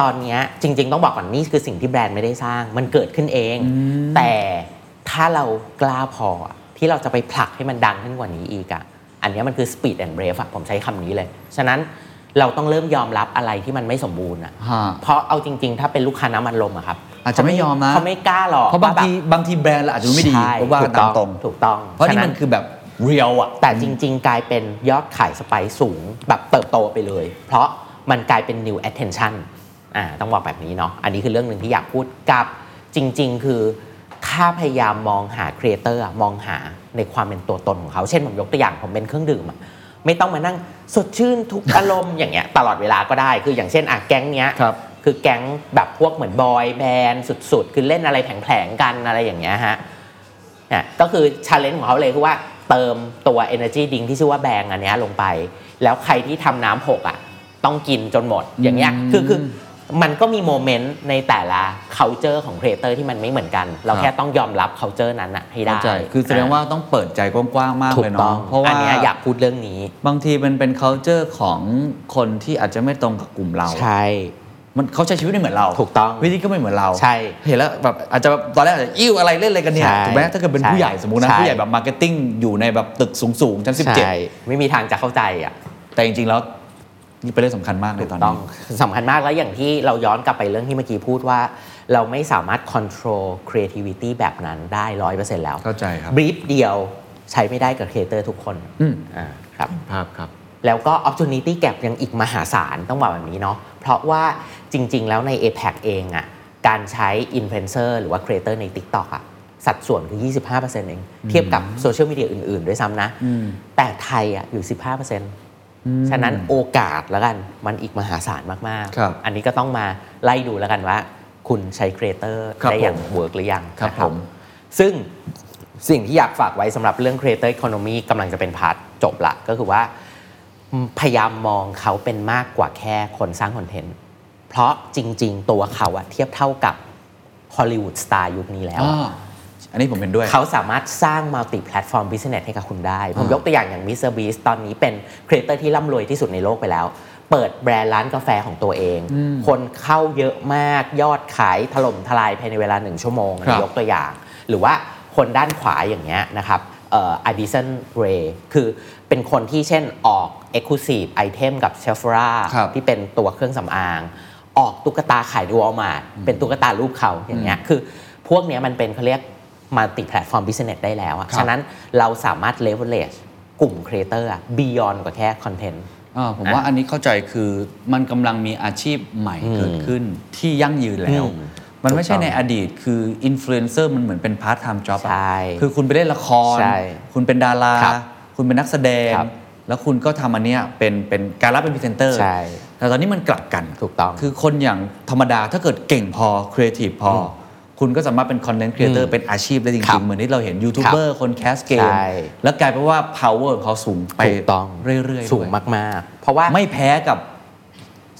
ตอนเนี้ยจริง ๆ ต้องบอกก่อนนี่คือสิ่งที่แบรนด์ไม่ได้สร้าง มันเกิดขึ้นเอง แต่ถ้าเรากล้าพอที่เราจะไปผลักให้มันดังขึ้นกว่านี้อีกอะอันเนี้ยมันคือ speed and brave อะผมใช้คำนี้เลย ฉะนั้นเราต้องเริ่มยอมรับอะไรที่มันไม่สมบูรณ์อะ
ฮะ
เพราะเอาจริง ๆ ถ้าเป็นลูกค้าน้ำมันลมอะครับ
อาจจะไม่ยอมนะ
เขาไม่กล้าหรอก
เพราะบาง
ว่
ทีบางทีแบรนด์เราอาจจะดูไม่ดี
ใช่
เพราะว่ากันตามตรง
ถูกต้อง
เพราะนี่
ฉ
มันคือแบบเรียลอ่ะ
แต่จริง ๆ กลายเป็นยอดขายสไปซ์สูงแบบเติบโตไปเลย เพราะมันกลายเป็น new attention อ่าต้องบอกแบบนี้เนาะอันนี้คือเรื่องหนึ่งที่อยากพูดกับจริง ๆ คือถ้าพยายามมองหาครีเอเตอร์มองหาในความเป็นตัวตนของเขา เช่นผมยกตัวอย่างผมเป็นเครื่องดื่มอะไม่ต้องมานั่งสดชื่นทุกอารมณ์ อย่างเงี้ยตลอดเวลาก็ได้คืออย่างเช่นอ่ะแก๊งเนี้ย
ครับ
คือแก๊งแบบพวกเหมือนบอยแบนด์สุดๆ คือเล่นอะไรแผลงๆกันอะไรอย่างเงี้ยฮะเนี่ยก็คือชาเลนจ์ของเขาเลยคือว่าเติมตัว Energy d r i n k ที่ชื่อว่าแบงอันเนี้ยลงไป แล้วใครที่ทำน้ำหกอ่ะต้องกินจนหมดอย่างเงี้ยคือคือมันก็มีโมเมนต์ในแต่ละ culture ของ creator ที่มันไม่เหมือนกัน เรา
ครับ
แค่ต้องยอมรับ culture นั้นอ่ะให้ได้
เข้าใจ คือแสดงว่าต้องเปิดใจกว้างๆ มาก
ถู
เล
ก
ย
ต้อ
เนาะ
ง
เพราะว่า
อันเนี้ยอยากพูดเรื่องนี้
บางทีมันเป็น culture ของคนที่อาจจะไม่ตรงกับกลุ่มเรา
ใช่
มันเขาใช้ชีวิตไม่เหมือนเรา
ถูกต้อง
วิธีก็ไม่เหมือนเรา
ใช่
เห็นแล้วแบบอาจจะแบบตอนแรกอาจจะอิ่วอะไรเล่นอะไรกันเนี่ย
ใช่
ถูกไหมถ้าเกิดเป็น
ใช่
ผู้ใหญ่สมมตินะ
ใช่
ผู้ใหญ่แบบมาร์เก็ตติ้งอยู่ในแบบตึกสูงๆชั้น
ใช่ไม่มีทางจะเข้าใจอ่ะ
17 แต่จริงๆแล้วนี่เป็นเรื่องสำคัญมากเลยตอน
ต้อ
นี้
ง [LAUGHS] สำคัญมากแล้วอย่างที่เราย้อนกลับไปเรื่องที่เมื่อกี้พูดว่า เราไม่สามารถ control creativity แบบนั้นได้ร้อยเปอร์เซ็นต์แล้ว
เข้าใจครับ
บรีฟเดียวใช้ไม่ได้กับ creator ทุกคน
อืม
อ่าครับ
ภาพครับ
แล้วก็ opportunity gap ยังอีกมหาศาลต้องบอกแบบนี้เนาะเพราะว่าจริง ๆ แล้วใน APEC เองอะการใช้ influencer หรือว่า creator ใน TikTok อะสัดส่วนคือ 25%เอง เทียบกับโซเชียลมีเดียอื่น ๆ ด้วยซ้ำนะ
อืม
แต่ไทยอะอยู่ 15%ฉะนั้นโอกาสแล้วกันมันอีกมหาศาลมาก
ครับ
ๆ อันนี้ก็ต้องมาไล่ดูแล้วกันว่า คุณใช้ creator
ครับ
ได้อย่าง
ผม
เวิร์กหรือยัง
ครับ
นะ
ผม
ซึ่ง สิ่งที่อยากฝากไว้สำหรับเรื่อง Creator Economy กำลังจะเป็นพาร์ทจบละ ก็คือว่าอืมพยายามมองเขาเป็นมากกว่าแค่คนสร้างคอนเทนต์ เพราะจริง ๆ ตัวเขาอะเทียบเท่ากับฮอลลีวูดสตาร์ยุคนี้แล้ว
อ๋อ
อะ
อันนี้ผมเห็นด้วย
เขาสามารถสร้างมัลติแพลตฟอร์มบิสเนสให้กับคุณได้ ผมยกตัวอย่างอย่าง Mr. Beast ตอนนี้เป็นครีเอเตอร์ที่ร่ำรวยที่สุดในโลกไปแล้ว เปิดแบรนด์ร้านกาแฟของตัวเอง คนเข้าเยอะมากยอดขายถล่มทลายภายในเวลาหนึ่งชั่วโมง
ครับ
ยกตัวอย่าง หรือว่าคนด้านขวาอย่างเงี้ยนะครับเอ่อ Addison Ray คือเป็นคนที่เช่นออก Exclusive Item กับ s e p h o r a
ครับ
ที่เป็นตัวเครื่องสำอาง ออกตุ๊กตาขายดูออมาเป็นตุ๊กตารูปเขาอย่างเงี้ยคือพวกเนี้ยมันเป็นเขาเรียกมัลติแพลตฟอร์มบิสเนสได้แล้วอะ
ครับ
ฉะนั้นเราสามารถ leverage กลุ่ม Creator อะ beyond กว่าแค่คอนเทนต์
อ่าผมว่าอันนี้เข้าใจคือมันกำลังมีอาชีพใหม่เกิดขึ้นที่ยั่งยืนแล้ว
อืม
มันไม่ใช่
ถูกต้อง
ในอดีตคืออินฟลูเอนเซอร์มันเหมือนเป็นพาร์ทไทม์จ็อบ
ใช่
คือคุณไปเล่นละคร
ใช่
คุณเป็นดารา
ครับ
คุณเป็นนักแสดง
ครับ
แล้วคุณก็ทำอันเนี้ยเป็นเป็นการรับเป็นพรีเซนเตอร์
ใช่
แต่ตอนนี้มันกลับกัน
ถูกต้อง
คือคนอย่างธรรมดาถ้าเกิดเก่งพอครีเอทีฟพออคุณก็สามารถเป็นคอนเทนต์ครีเอเตอ
อื
ร์
ม
เป็นอาชีพได้จ
ครั
ริ
บ
งๆเหมือนที่เราเห็นยูทูบเบอร์คนแคสเกม
ใช่
แล้วกลายเป็นว่า power ของเขาสูงไป
ถูกต้อง
เรื่อยๆ
สูง
ด้วย
มาก ๆ เพราะว่า
ไม่แพ้กับ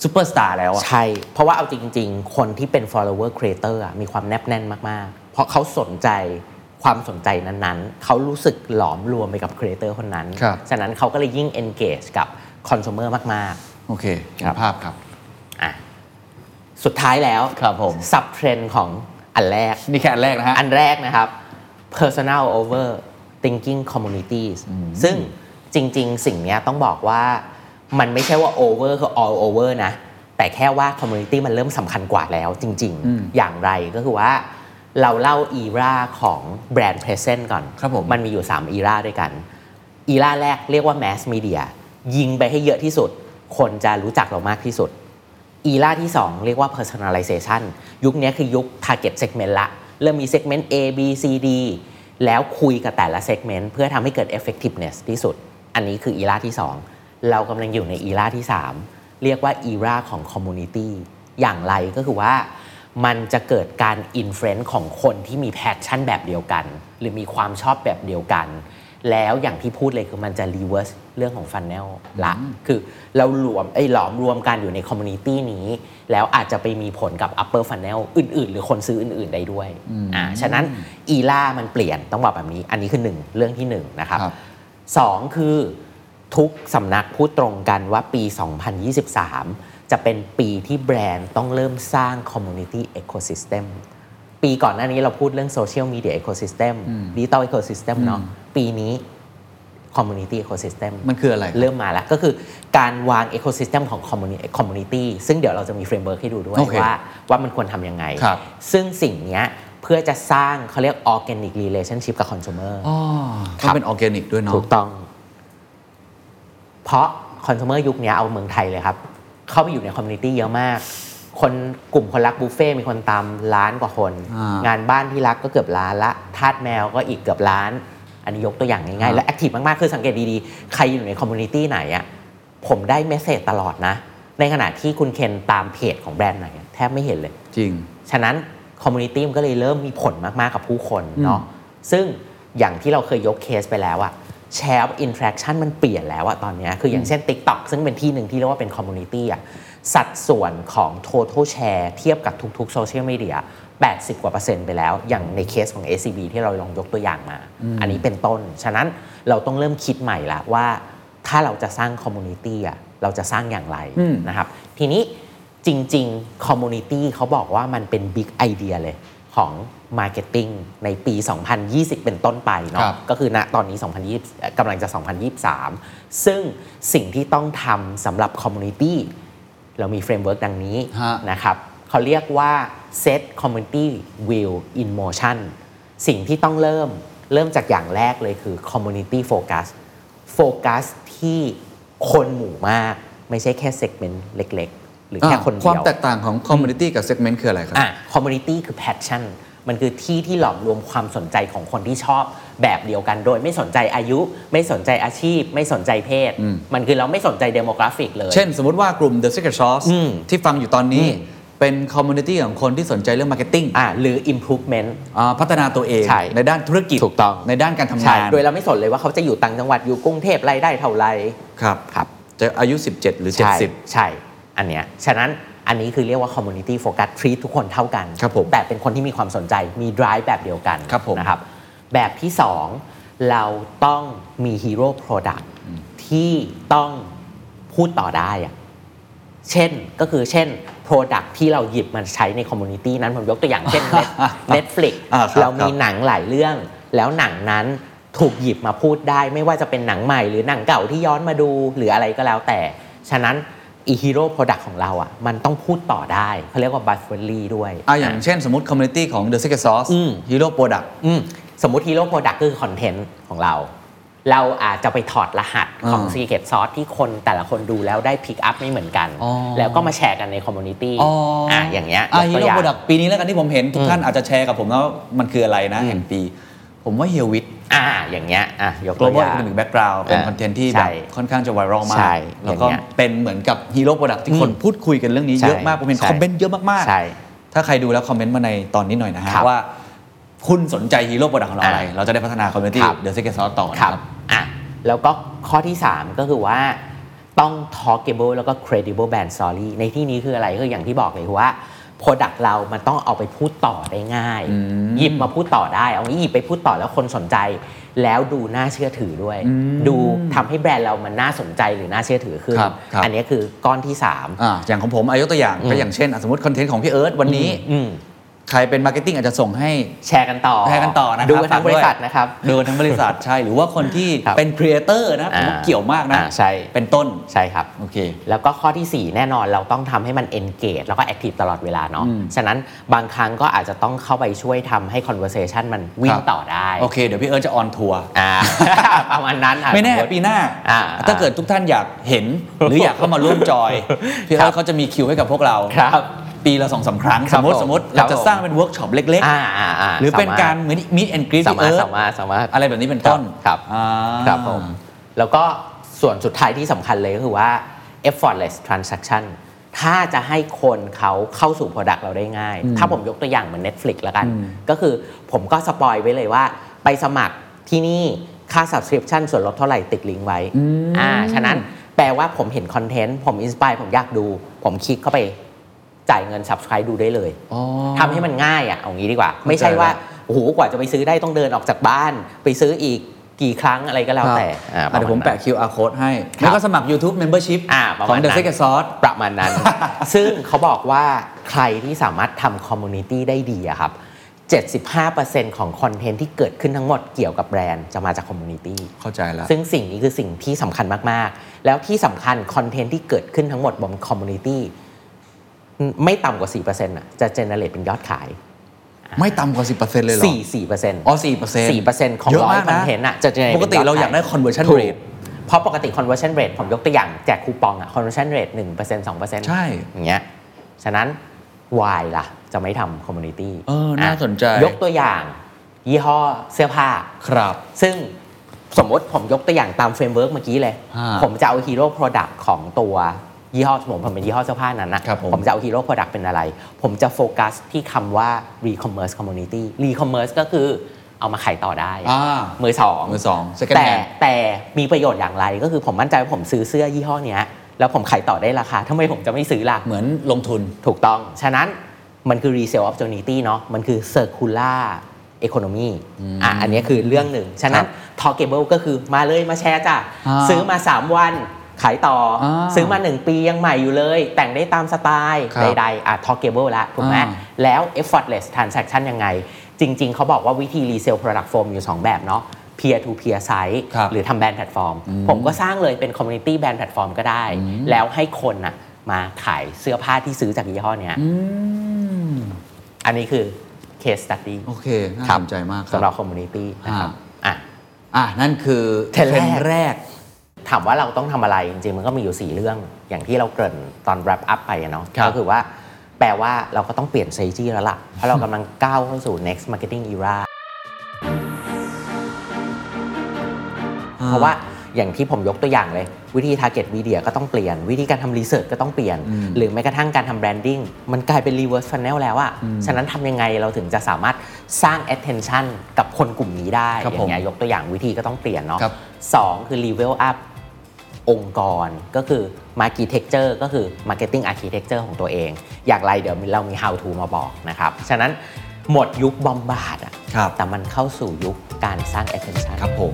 ซูเปอร์สตาร์แล้วอะ
ใช่ เพราะว่าเอาจริง ๆ คนที่เป็น follower creator อะมีความแนบแน่นมาก ๆ เพราะเขาสนใจความสนใจนั้น ๆ เขารู้สึกหลอมรวมไปกับ creator คนนั้น
ครับ
ฉะนั้นเขาก็เลยยิ่ง engage กับ consumer มาก
โอเคเห็
ครั
น
บ
ภาพครับ
ๆ อ่ะ สุดท้ายแล้ว
ครับผม
sub trend ของอันแรก
นี่แค่อันแรกนะฮะ
อันแรกนะครับ personal over thinking communities ซึ่งจริง ๆ สิ่งเนี้ยต้องบอกว่ามันไม่ใช่ว่า over คือ all over นะ แต่แค่ว่า community มันเริ่มสำคัญกว่าแล้วจริง
อืม
ๆ อย่างไรก็คือว่าเราเล่า era ของแบรนด์ present ก่อน
ครับผม
มันมีอยู่ 3 era ด้วยกัน era แรกเรียกว่า mass media ยิงไปให้เยอะที่สุด คนจะรู้จักเรามากที่สุด อีล่าที่ 2 เรียกว่า personalization ยุคนี้คือยุค target segment ละ เริ่มมี segment A B C D แล้วคุยกับแต่ละ segment เพื่อทำให้เกิด effectiveness ที่สุด อันนี้คืออีล่าที่ 2 เรากำลังอยู่ในอีล่าที่ 3 เรียกว่าอีล่าของ community อย่างไรก็คือว่า มันจะเกิดการ influence ของคนที่มี passion แบบเดียวกัน หรือมีความชอบแบบเดียวกัน แล้วอย่างที่พูดเลยคือมันจะ reverse เรื่องของ funnel ละ คือเรารวมไอ้ยหลอมรวมกันอยู่ใน community นี้ แล้วอาจจะไปมีผลกับ upper funnel อื่น ๆ หรือคนซื้ออื่น ๆ ได้ด้วยอ่าฉะนั้นอีล่ามันเปลี่ยนต้องบอกแบบนี้ อันนี้คือหนึ่งเรื่องที่หนึ่งนะครับ
ครับ
สองคือทุกสำนักพูดตรงกันว่าปี 2023 จะเป็นปีที่แบรนด์ต้องเริ่มสร้าง Community Ecosystem ปีก่อนหน้านี้เราพูดเรื่อง Social Media Ecosystem Digital Ecosystem เนาะปีนี้ Community Ecosystem
มันคืออะไรครับ
เริ่มมาแล้ว ก็คือการวาง Ecosystem ของ Communi- Community ซึ่งเดี๋ยวเราจะมี Framework ให้ดูด้วย
โอเค
ว่าว่ามันควรทำยังไง
ครับ
ซึ่งสิ่งเนี้ยเพื่อจะสร้างเขาเรียก Organic Relationship กับ Consumer
อ๋อ
ครั
ต้
บ
องเป็นออร์แกนิกด้วยเนาะ
ถูกต้อง เพราะคอน sumer ยุคเนี้ยเอาเมืองไทยเลยครับ เข้าไปอยู่ในคอมมูนิตี้เยอะมาก คนกลุ่มคนรักบุฟเฟ่ต์มีคนตามล้านกว่าคน
อ่าง
งานบ้านที่รักก็เกือบล้านละทาสแมวก็อีกเกือบล้าน อันนี้ยกตัวอย่างง่ายๆ และแอคทีฟมากๆ คือสังเกตดีๆ ใครอยู่ในคอมมูนิตี้ไหนอะผมได้เมสเซจตลอดนะ ในขณะที่คุณเคนตามเพจของแบรนด์ไหนอะแทบไม่เห็นเลย
จริง
ฉะนั้นคอมมูนิตี้มันก็เลยเริ่มมีผลมาก ๆ กับผู้คนเนาะซึ่งอย่างที่เราเคยยกเคสไปแล้วอะแชร์อินทร a c ชั่นมันเปลี่ยนแล้วอะตอนเนี้ยคืออย่างเช่น TikTok ซึ่งเป็นที่หนึ่งที่เรียกว่าเป็นคอมมูนิตี้อะสัดส่วนของ total share เทียบกับทุก ๆ โซเชียลมีเดีย 80 กว่าเปอร์เซ็นต์ไปแล้ว อย่างในเคสของ ACB ที่เราลองยกตัวอย่างมา อันนี้เป็นต้น ฉะนั้นเราต้องเริ่มคิดใหม่ละว่าถ้าเราจะสร้างคอมมูนิตี้อะเราจะสร้างอย่างไร
อืม
นะครับทีนี้ จริงๆ คอมมูนิตี้เขาบอกว่ามันเป็นบิ๊กไอเดียเลยของ Marketing ในปี 2020 เป็นต้นไปเนาะ
ครับ
ก็คือณตอนนี้ 2020เอ่อกำลังจะ 2023 ซึ่งสิ่งที่ต้องทำสำหรับคอมมูนิตี้เรามีเฟรมเวิร์กดังนี้
ฮะ
นะครับเขาเรียกว่า Set Community Wheel in Motion สิ่งที่ต้องเริ่มเริ่มจากอย่างแรกเลยคือ Community Focus โฟกัสที่คนหมู่มาก ไม่ใช่แค่เซกเมนต์เล็ก ๆ หรือแค่คนเดียว
ความแตกต่างของคอมมูนิตี้กับเซกเมนต์คืออะไรครับ
อ่ะคอมมูนิตี้คือ passion มันคือที่ที่หลอมรวมความสนใจของคนที่ชอบแบบเดียวกัน โดยไม่สนใจอายุ ไม่สนใจอาชีพ ไม่สนใจเพศ มันคือเราไม่สนใจ demographic เลย
เช่นสมมติว่ากลุ่ม The Secret Sauce
อืม
ที่ฟังอยู่ตอนนี้
อืม
เป็นคอมมูนิตี้ของคนที่สนใจเรื่องมาร์เก็ตติ้ง
อ่ะหรือ improvement
พัฒนาตัวเอง
ใช่
ด้านธุรกิจ
ถูกต้อง
ในด้านการทำ
ใช่
งาน
โดยเราไม่สนเลยว่าเขาจะอยู่ต่างจังหวัดอยู่กรุงเทพรายได้เท่าไหร่
ครับ
ครับ
จะอายุ 17 หรือ
ใช่
70
ใช่ อันเนี้ย ฉะนั้นอันนี้คือเรียกว่า community focus treat ทุกคนเท่ากัน
ครับผม
แต่เป็นคนที่มีความสนใจมี drive แบบเดียวกัน
ครับผม
นะครับ แบบที่ 2 เราต้องมี hero product ที่ต้องพูดต่อได้อะเช่นก็คือเช่น Product ที่เราหยิบมันใช้ในคอมมูนิตี้นั้นผมยกตัวอย่างเช่น Net- Netflix
อ่าครับ
เรา
ค
มี
รับ
หนังหลายเรื่องแล้วหนังนั้นถูกหยิบมาพูดได้ ไม่ว่าจะเป็นหนังใหม่หรือหนังเก่าที่ย้อนมาดูหรืออะไรก็แล้วแต่ ฉะนั้นอีฮีโร่โปรดักของเราอ่ะมันต้องพูดต่อได้เขาเรียกว่าบัฟเฟอรี่ด้วย
อ่ะอย่างเช่นสมมติคอมมูนิตี้ของ The Secret Sauce
อืม
Hero Product
อืมสมมุติฮีโร่โปรดักคือคอนเทนต์ของเรา เราอาจจะไปถอดรหัสของ
อ่า
Secret Sauce ที่คนแต่ละคนดูแล้วได้พิกอัพไม่เหมือนกัน
อ๋อ
แล้วก็มาแชร์กันในคอมมูนิตี้
อ๋อ
อ่ะ
อ่ะ
อย่างเงี้ย
อ่ะ
ยกตัว
Hero
ย่าง
Product ปีนี้แล้วกันที่ผมเห็น ทุกท่านอาจจะแชร์กับผมแล้วมันคืออะไรนะ
อืม
แห่งปี ผมว่าเฮียวิท
อ่ะอย่างเงี้ยอ่ะยกตัวอ
global
ย่าง
economic background เป็น
อ่า
คอนเทนต์ที่แบบ
ใช่
ค่อนข้างจะไวรัลมา
ใช่
ก แล้วก็
อย่างเงี้ย
เป็นเหมือนกับฮีโร่โปรดักที่คน
อืม
พูดคุยกันเรื่องนี้
ใช่
เยอะมาก ผมเห็น
ใช่
คอมเมนต์เยอะมาก
ใช่
ๆ ถ้าใครดูแล้วคอมเมนต์มาในตอนนี้หน่อยนะฮะ
ครับ
ว่าคุณสนใจฮีโร่โปรดักของเราอะไร
อ่า
เราจะได้พัฒนาคอมมูนิตี้
ครับ
เดอะเซกเซอร์ต่อนะ
ค
ค
รั
รั
บบ อ่ะแล้วก็ข้อที่ 3 ก็คือว่าต้อง talkable แล้วก็ credible brand story ในที่นี้คืออะไรคืออย่างที่บอกเลยคือว่า Product เรามันต้องเอาไปพูดต่อได้ง่าย หยิบมาพูดต่อได้ เอางี้หยิบไปพูดต่อแล้วคนสนใจ แล้วดูน่าเชื่อถือด้วย ดูทำให้แบรนด์เรามันน่าสนใจหรือน่าเชื่อถือขึ้น
ครับครับ
อันนี้คือก้อนที่ 3
อ่าอย่างของผมอายกตัวอย่างก็อย่างเช่นอ่ะสมมติคอนเทนต์ของพี่เอิร์ธวันนี้
อืม
ใครเป็นมาร์เก็ตติ้งอาจจะส่งให้
แชร์กันต่อ
แชร์กันต่อนะครับ
ดูกันทั้งบ
ฝากด้วย
ริษัทนะครับ
โดนทั้งบริษัท ใช่หรือว่าคนที่
ครับ
เป็นครีเอเตอร์นะผมว่า
อ่า
เกี่ยวมากนะ
อ่าใช่
เป็นต้น
ใช่ครับ
โอเค
แล้วก็ข้อทีสี่ 4 แน่นอนเราต้องทำให้มัน engage แล้วก็ active ตลอดเวลาเนาะฉะนั้นบางครั้งก็อาจจะต้องเข้าไปช่วยทำให้ conversation มันวิ่
ค
ง
รับ
ต่อได้
โอเคเดี๋ยวพี่เอิร์ธจะออนทัวร์
อ่า [LAUGHS] ประมาณนั้นอ่ะ
ไม่แน่
สติ
ปีหน้า
อ่า
ถ้าเกิดทุกท่านอยากเห็น
[LAUGHS]
หรืออยากเข้ามาร่วมจอย พี่เอิร์ธเขาจะมีคิวให้กับพวกเรา
ครับ
ปีละสองสามครั้ง
ค
ส
รับ
มมติ
ผม
สมมติ
ครั
เรา
บ
จะ
ผม
สร้างเป็นเวิร์กช็อปเล็ก
อ่าอ่าา
ๆ หรือเป็นการเหมือนมิดแอนกรี
สา
พี่
มาร
เอิ
ถ
ร์ธ
สามารถสามารถ
อะไรแบบนี้เป็นต้น
ครับ
อ่า
ครับผมแล้วก็ส่วนสุดท้ายที่สำคัญเลยก็คือว่า effortless transaction ถ้าจะให้คนเขาเข้าสู่ Product เราได้ง่าย ถ้าผมยกตัวอย่างเหมือน Netflix แล้วกัน ก็คือผมก็สปอยไว้เลยว่า ไปสมัครที่นี่ค่า subscription ส่วนลดเท่าไหร่ติดลิงก์ไว้อ่าฉะนั้นแปลว่าผมเห็นคอนเทนต์ผมอินสปายผมอยากดู ผมคลิกเข้าไปจ่ายเงิน subscribe ดูได้เลย
อ๋อ
ทำให้มันง่ายอ่ะเอางี้ดีกว่า ไม่ใช่ว่าโอ้โหกว่าจะไปซื้อได้ต้องเดินออกจากบ้าน ไปซื้ออีกกี่ครั้งอะไรก็แล้วแต่
อ่า
อ่า
เดี๋ยวผม
ราณ
แปะ
นั้น
QR code ให้
ครับ
แล้วก็สมัคร YouTube Membership
อ่าประมาณ
ของ The
นั้น
Secret Sauce
ประมาณ
[LAUGHS]
นั้น ซึ่งเขาบอกว่าใครที่สามารถทำคอมมูนิตี้ได้ดีอะครับ 75%ของคอนเทนต์ที่เกิดขึ้นทั้งหมดเกี่ยวกับแบรนด์จะมาจากคอมมูนิตี้
เข้าใจแล้ว
ซึ่งสิ่งนี้คือสิ่งที่สำคัญมาก ๆ แล้วที่สำคัญคอนเทนต์ที่เกิดขึ้นทั้งหมดบนคอมมูนิตี้ไม่ต่ำกว่า 4%อ่ะจะเจเนเรตเป็นยอดขาย
ไม่ต่ำกว่า 10%เลยเหรอ
4 4%
อ๋อ4%
4%ของ
เยะ
ร้อย
มาก
คอนเทนต์อ่ะจะ generate
ปกติเราอยากได้
เป็น
conversion
ถู
rate
เพราะปกติ conversion rate ผมยกตัวอย่างแจกคูปองอ่ะ conversion rate 1% 2%
ใช่
อย่างเงี้ยฉะนั้น why ล่ะ จะไม่ทำ community
เออน่าสนใจ
ยกตัวอย่างยี่ห้อเสื้อผ้า
ครับ
ซึ่งสมมติผมยกตัวอย่างตามเฟรมเวิร์กเมื่อกี้เลย
อ่า
ผมจะเอาฮีโร่โปรดักต์ของตัวยี่ห้อผมผมเป็นยี่ห้อเสื้อผ้านั้นนะครับ
ผม
จะเอาฮีโร่โปรดักต์เป็นอะไร ผมจะโฟกัสที่คำว่า re-commerce community re-commerce ก็คือเอามาขายต่อได้
อ่า
มือสอง
มือสอง second
แต่
hand
แต่มีประโยชน์อย่างไรก็คือผมมั่นใจว่าผมซื้อเสื้อยี่ห้อเนี้ย แล้วผมขายต่อได้ราคาทำไมผมจะไม่ซื้อล่ะ
เหมือนลงทุน
ถูกต้อง ฉะนั้นมันคือ resale opportunity เนาะ มันคือ circular economy อ่ะ อันนี้คือเรื่องหนึ่ง ฉะนั้น talkable ก็คือมาเลยมาแชร์จ้ะ
อ่า
ซื้อมา 3 วัน ขายต่ออา ซื้อมา 1 ปียังใหม่อยู่เลย แต่งได้ตามสไตล์
ครับ
ใดๆอ่ะ talkable ละถูกไหม
อ่า
แล้ว effortless transaction ยังไง จริง ๆ เขาบอกว่าวิธี resale product form อยู่ 2 แบบเนาะ peer to peer site
ครับ
หรือทำแบรนด์แพลตฟอร์ม ผมก็สร้างเลยเป็น community แบรนด์แพลตฟอร์มก็ได้ แล้วให้คนน่ะมาขายเสื้อผ้าที่ซื้อจากยี่ห้อเนี้ยอันนี้คือ case study
โอเคน่า
ครับ
สนใจมากครับ
สำหรับ community นะครับ
อ่า
อ่ะ
อ่ะนั่นคือ
เทรนด์แรก
ด์แรก
ถามว่าเราต้องทำอะไรจริงๆ มันก็มีอยู่ 4 เรื่องอย่างที่เราเกริ่นตอน wrap up ไปอะเนาะ
ครับ
ก็คือว่าแปลว่าเราก็ต้องเปลี่ยน strategy แล้วล่ะ เพราะเรากำลังก้าวเข้าสู่ next marketing era เพราะว่าอย่างที่ผมยกตัวอย่างเลย วิธี target media ก็ต้องเปลี่ยน วิธีการทำ research ก็ต้องเปลี่ยน
อืม
หรือแม้กระทั่งการทำ branding มันกลายเป็น reverse funnel แล้วอะฉะนั้นทำยังไงเราถึงจะสามารถสร้าง attention กับคนกลุ่มนี้ได้
ครับ
อย่างเงี้ย
ผม
ยกตัวอย่างวิธีก็ต้องเปลี่ยนเนาะ
ครับ
สองคือ level up องค์กรก็คือ Market t e c t u r e ก็คือ Marketing Architecture ของตัวเอง อย่างไรเดี๋ยวเรามี How to มาบอกนะครับ ฉะนั้นหมดยุคบอมบาร์ดอะ
ครับ
แต่มันเข้าสู่ยุคการสร้าง attention
ครับผม